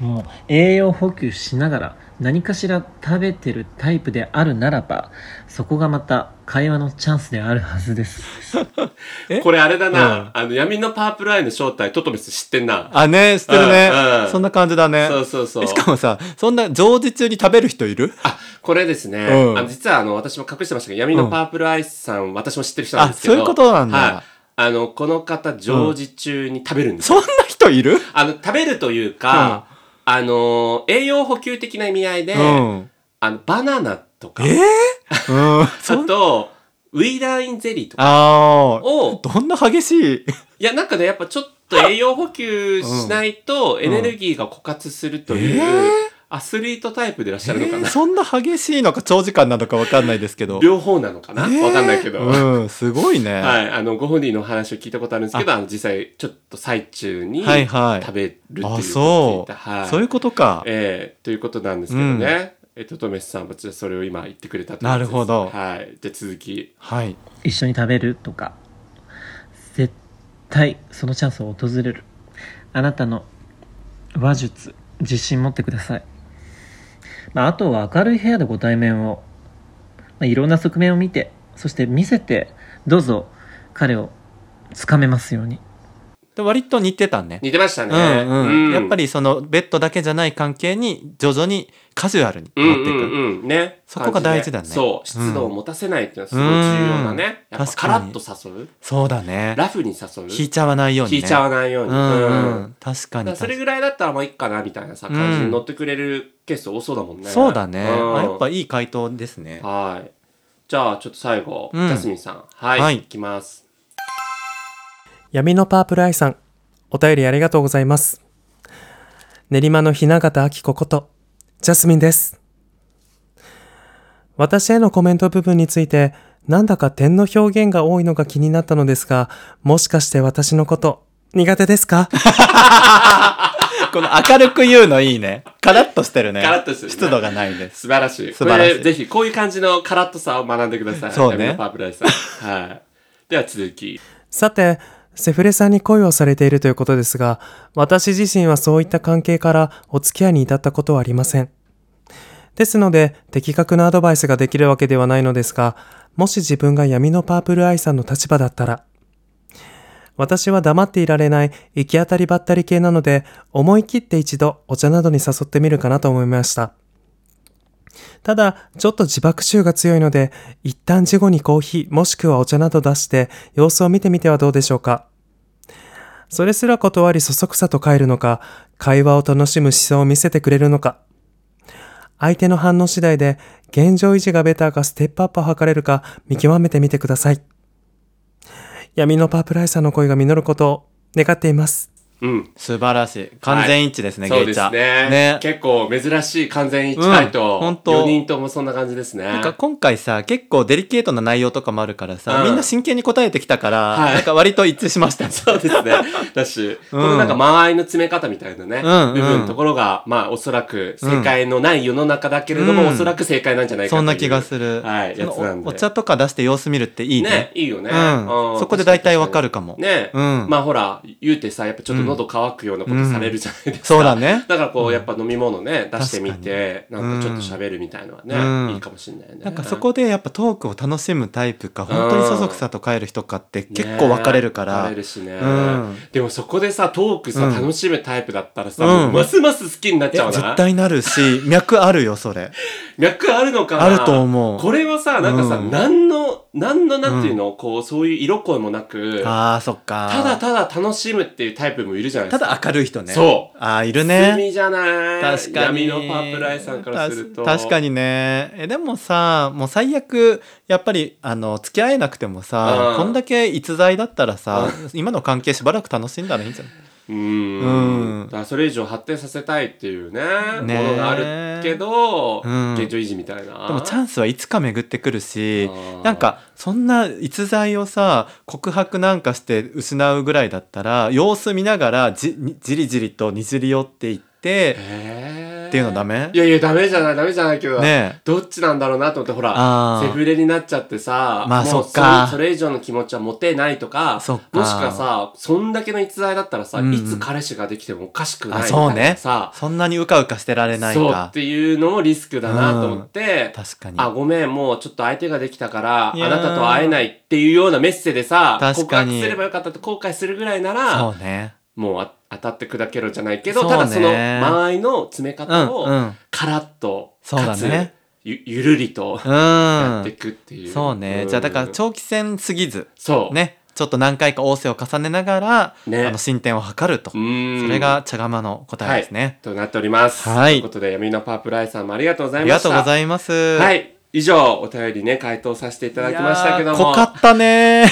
もう栄養補給しながら何かしら食べてるタイプであるならばそこがまた会話のチャンスであるはずです
え
これあれだな、あの闇のパープルアイの正体トトメス知ってんな
あね知ってるね、
うんうん
そんな感じだね
そうそうそう
えしかもさそんな常時中に食べる人いる
あこれですね、
うん
あの実はあの私も隠してましたけど闇のパープルアイスさん、私も知ってる人なんですけど
あそういうことなんだ
はい、あのこの方常時中に食べるんですよ
そんな人いる
あの、食べるというか、あの、栄養補給的な意味合いで、
うん
あの、バナナとか、
えー、うんそ
あと、ウィーダーインゼリーとか
ああ
を、
どんな激しい
いや、なんかね、やっぱちょっと栄養補給しないとエネルギーが枯渇するという、
え
アスリートタイプでいらっしゃるのか
えー
な、
そんな激しいのか長時間なのかわかんないですけど。
両方なのかなわ、
えー
かんないけど。
うん、すごいね。
はい、あの、ご本人のお話を聞いたことあるんですけど、あの、実際、ちょっと最中に、
はいはい
食べるっていうことを
あ、
聞い
そう
た。。はい。
そういうことか。
ええということなんですけどね。えトトメスさんはそれを今言ってくれたということです
なるほど
はい。じゃあ続き。
はい。
一緒に食べるとか絶対そのチャンスを訪れるあなたの話術自信持ってください、まあ、あとは明るい部屋でご対面を、まあ、いろんな側面を見てそして見せてどうぞ彼をつかめますように
で割と似てたね。
似てました
う
ね。
んうん、やっぱ
り
りそのベッドだけじゃない関係に徐々にカジュアルに
うん
なっていく、
うんうんね。
そこが大事だね
そう。湿度を持たせないっていうのはすごい重要だね。
うん
やっぱカ
確か
ラ
に
ッと誘う。
そうだね
ラフに誘う。
引いちゃわないようにね
引いちゃわないように。
うん、う
うん
ん、確
だか
かに
らそれ
確か
ぐらいだったらまあいいかなみたいなさ、
うん
感じに乗ってくれるケース多そうだもんね。
にそうだ
う
ね、
ん
あやっぱいい回答ですね
はい。じゃあちょっと最後、ジ
うん
ャスミンさん。はい。
はい
いきます。
闇のパープルアイさん、お便りありがとうございます。練馬の雛形明子こと、ジャスミンです。私へのコメント部分について、なんだか点の表現が多いのが気になったのですが、もしかして私のこと、苦手ですか
この明るく言うのいいねカラッとしてるね
カラッとしてるね
湿度がないです
素晴らしい。
素晴らしい
これ、ぜひ、こういう感じのカラッとさを学んでください。
そうね
闇のパープライスさん。はい。では続き。
さて、セフレさんに恋をされているということですが、私自身はそういった関係からお付き合いに至ったことはありません。ですので、的確なアドバイスができるわけではないのですが、もし自分が闇のパープルアイさんの立場だったら、私は黙っていられない行き当たりばったり系なので、思い切って一度お茶などに誘ってみるかなと思いました。ただ、ちょっと自爆臭が強いので、一旦事後にコーヒーもしくはお茶など出して、様子を見てみてはどうでしょうか。それすら断りそそくさと帰るのか、会話を楽しむ思想を見せてくれるのか。相手の反応次第で、現状維持がベターかステップアップを図れるか見極めてみてください。闇のパープライさんの恋が実ることを願っています。
うん。
素晴らしい完全一致ですね、
そう
ゲ
で
イ
す
チャ
ね
ね
結構珍しい完全一致回
うんほん
答。
と
四4人ともそんな感じですね。
なんか今回さ結構デリケートな内容とかもあるからさ、
うん
みんな真剣に答えてきたから、
はい
なんか割と一致しましたね
そうですね。だし、このなんか間合いの詰め方みたいなね、
うん
部分のところが、まあおそらく正解のない世の中だけれども、
うん
おそらく正解なんじゃないか
そ
というん
な気がする、
はい、やつ
そ
なん
の
で。
おお茶とか出して様子見るっていいね
ね、いいよね。
うん
うん
そこで大体わかるかも
ね、
うん
まあほら、言うてさ、やっぱちょっと喉乾くようなことされるじゃないですか。
そうだね
だからこう、やっぱ飲み物ね、出してみて、
かに
なんかちょっと喋るみたいのはね、
うん
いいかもしれないね。
なんかそこでやっぱトークを楽しむタイプか本当にそそくさと帰る人かって結構分かれるか
ね
ら、
分かれるしね、
うん
でもそこでさ、トークさ、
うん
楽しむタイプだったらさ、
うん
もうますます好きになっ
え
ちゃうな。
絶対なるし脈あるよそれ
脈あるのかな
あると思う
これはさ、なんかさ、
うん
何の、何のなんていうの、こう、そういう色恋もなく、
あーそっか
ただただ楽しむっていうタイプもいるじゃないです
た
か。
だ明るい人ね
そう
あーいるね
罪じゃない
確か
闇
に
のパープルアイさんからすると
た確か
に
にねえでもさもう最悪やっぱりあの付き合えなくても
う
さ、
ん
こんだけ逸材だったらさ、今の関係しばらく楽しんだらいいんじゃな
うーん
うん
だからそれ以上発展させたいっていうね
ね
ものがあるけど、
うん
現状維持みたいない
でもチャンスはいつか巡ってくるし
あー
なんかそんな逸材をさ告白なんかして失うぐらいだったら様子見ながらじじりじりとにじり寄っていって
へー
っていうのダメ
いやいや、ダメじゃない、ダメじゃないけど、
ねえ
どっちなんだろうなと思って、ほら
あ、ー
セフレになっちゃってさ、
まあ
もう
そっか
それそれ以上の気持ちは持てないとか、
そっか
もしくはさ、そんだけの逸材だったらさ、
うんうん
いつ彼氏ができてもおかしくない
あ
み
そう
たい
ね
なさ、
そんなにうかうかしてられない
そうっ
か
ていうのもリスクだなと思って、
確かに
あ、ごめん、もうちょっと相手ができたから、あ
いやー
なたと会えないっていうようなメッセでさ、
確かに
告白すればよかったって後悔するぐらいな
そ
ら、
うね
もうあ当たって砕けろじゃないけど、
そうね
ただその間合いの詰め
うん
方を、
うん
カラッと、
そうだ
かつ
ね
ゆ、ゆるりと
う
やってい
ん
くっていう。
そうね
ん
じゃあだから長期戦すぎず
そう。ね。
ねちょっと何回か仰せを重ねながら、
ね
あの進展を図ると
う
そ
ん。
れが茶釜の答えですね、
となっております。
はい
ということで、闇のパープライさんもありがとうござ
あ
い
り
ま
が
した。
とうございます
はいい。以上、お便りね、回答させていただきましたけども。
やー濃かっ たね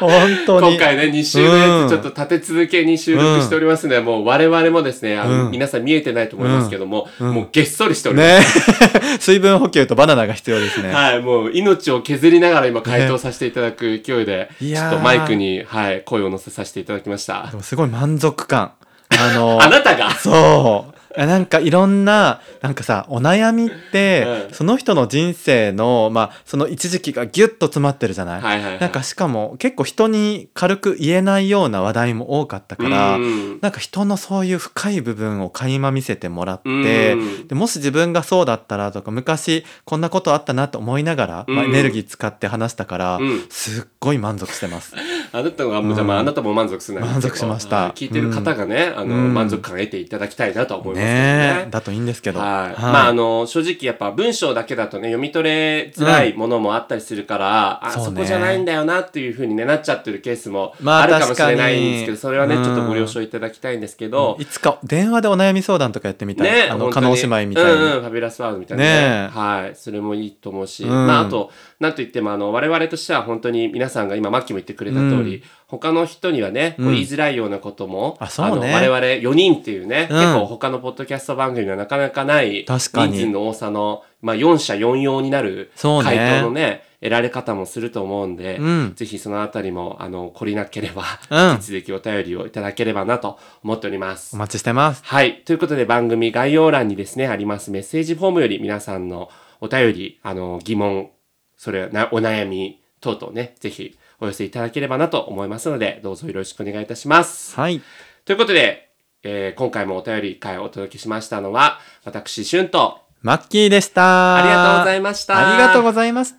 本当に
今回ね、2週連
うん
続ちょっと立て続けに収録しておりますので、もう我々もですね、あの、
うん
皆さん見えてないと思いますけども、
ん
もうげっそりしております。
ね 水分補給とバナナが必要ですね
はい、もう命を削りながら今回答させていただく勢いで、
ねい
ちょ
や
っ
ー
とマイクに、はい、声を乗せさせていただきました
で。もすごい満足感あの
あなた が
そういやなんかいろんななんかさお悩みって、
うん
その人の人生のまあその一時期がギュッと詰まってるじゃない、
はいはいはい。
なんかしかも結構人に軽く言えないような話題も多かったから、
うん
なんか人のそういう深い部分を垣間見せてもらって、
うん
でもし自分がそうだったらとか昔こんなことあったなと思いながら、まあ、
うん
エネルギー使って話したから、
うん
すっごい満足してます。
あなたが、もうじゃあまあ
うん
あなたも満足するなら
満足しました
はい聞いてる方がね、あの、
うん
満足感得ていただきたいなとは思いますけど
ね
ね
え。だといいんですけど。
はい。
はい
まあ、あの、正直やっぱ文章だけだとね、読み取れづらいものもあったりするから、あ、
そうね
そこじゃないんだよなっていうふうにね、なっちゃってるケースも
まあ
あるかもしれないんですけど、
確かに
それはね、ち
う
ょ
ん
っとご了承いただきたいんですけど、
いつか電話でお悩み相談とかやってみたい。
ね、
あの、
本当
加
に
納姉妹みたいに。
うんうん、ファビュラスワードみたいな
ねえ
はい。それもいいと思うし、
うん
まあ、あと、なんといっても、あの、我々としては本当に皆さんが今、マッキーも言ってくれた通り、
う
他の人にはね、こう
うん
言いづらいようなことも、
あそうね
の、我々4人っていうね、
うん
結構他のポッドキャスト番組にはなかなかない、人
確か
数
に
の多さの、まあ、4社4用になる、
そうね
回答のね、得られ方もすると思うんで、
うん
ぜひそのあたりも、あの、懲りなければ、
うん
引き続きお便りをいただければなと思っております
お。待ちしてます。
はい。ということで番組概要欄にですね、ありますメッセージフォームより皆さんのお便り、あの、疑問、それな、お悩み等々ね、ぜひお寄せいただければなと思いますので、どうぞよろしくお願いいたします。
はい。
ということで、えー今回もお便り会をお届けしましたのは、私、俊と、
マッキーでした。
ありがとうございました
ありがとうございまし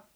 た。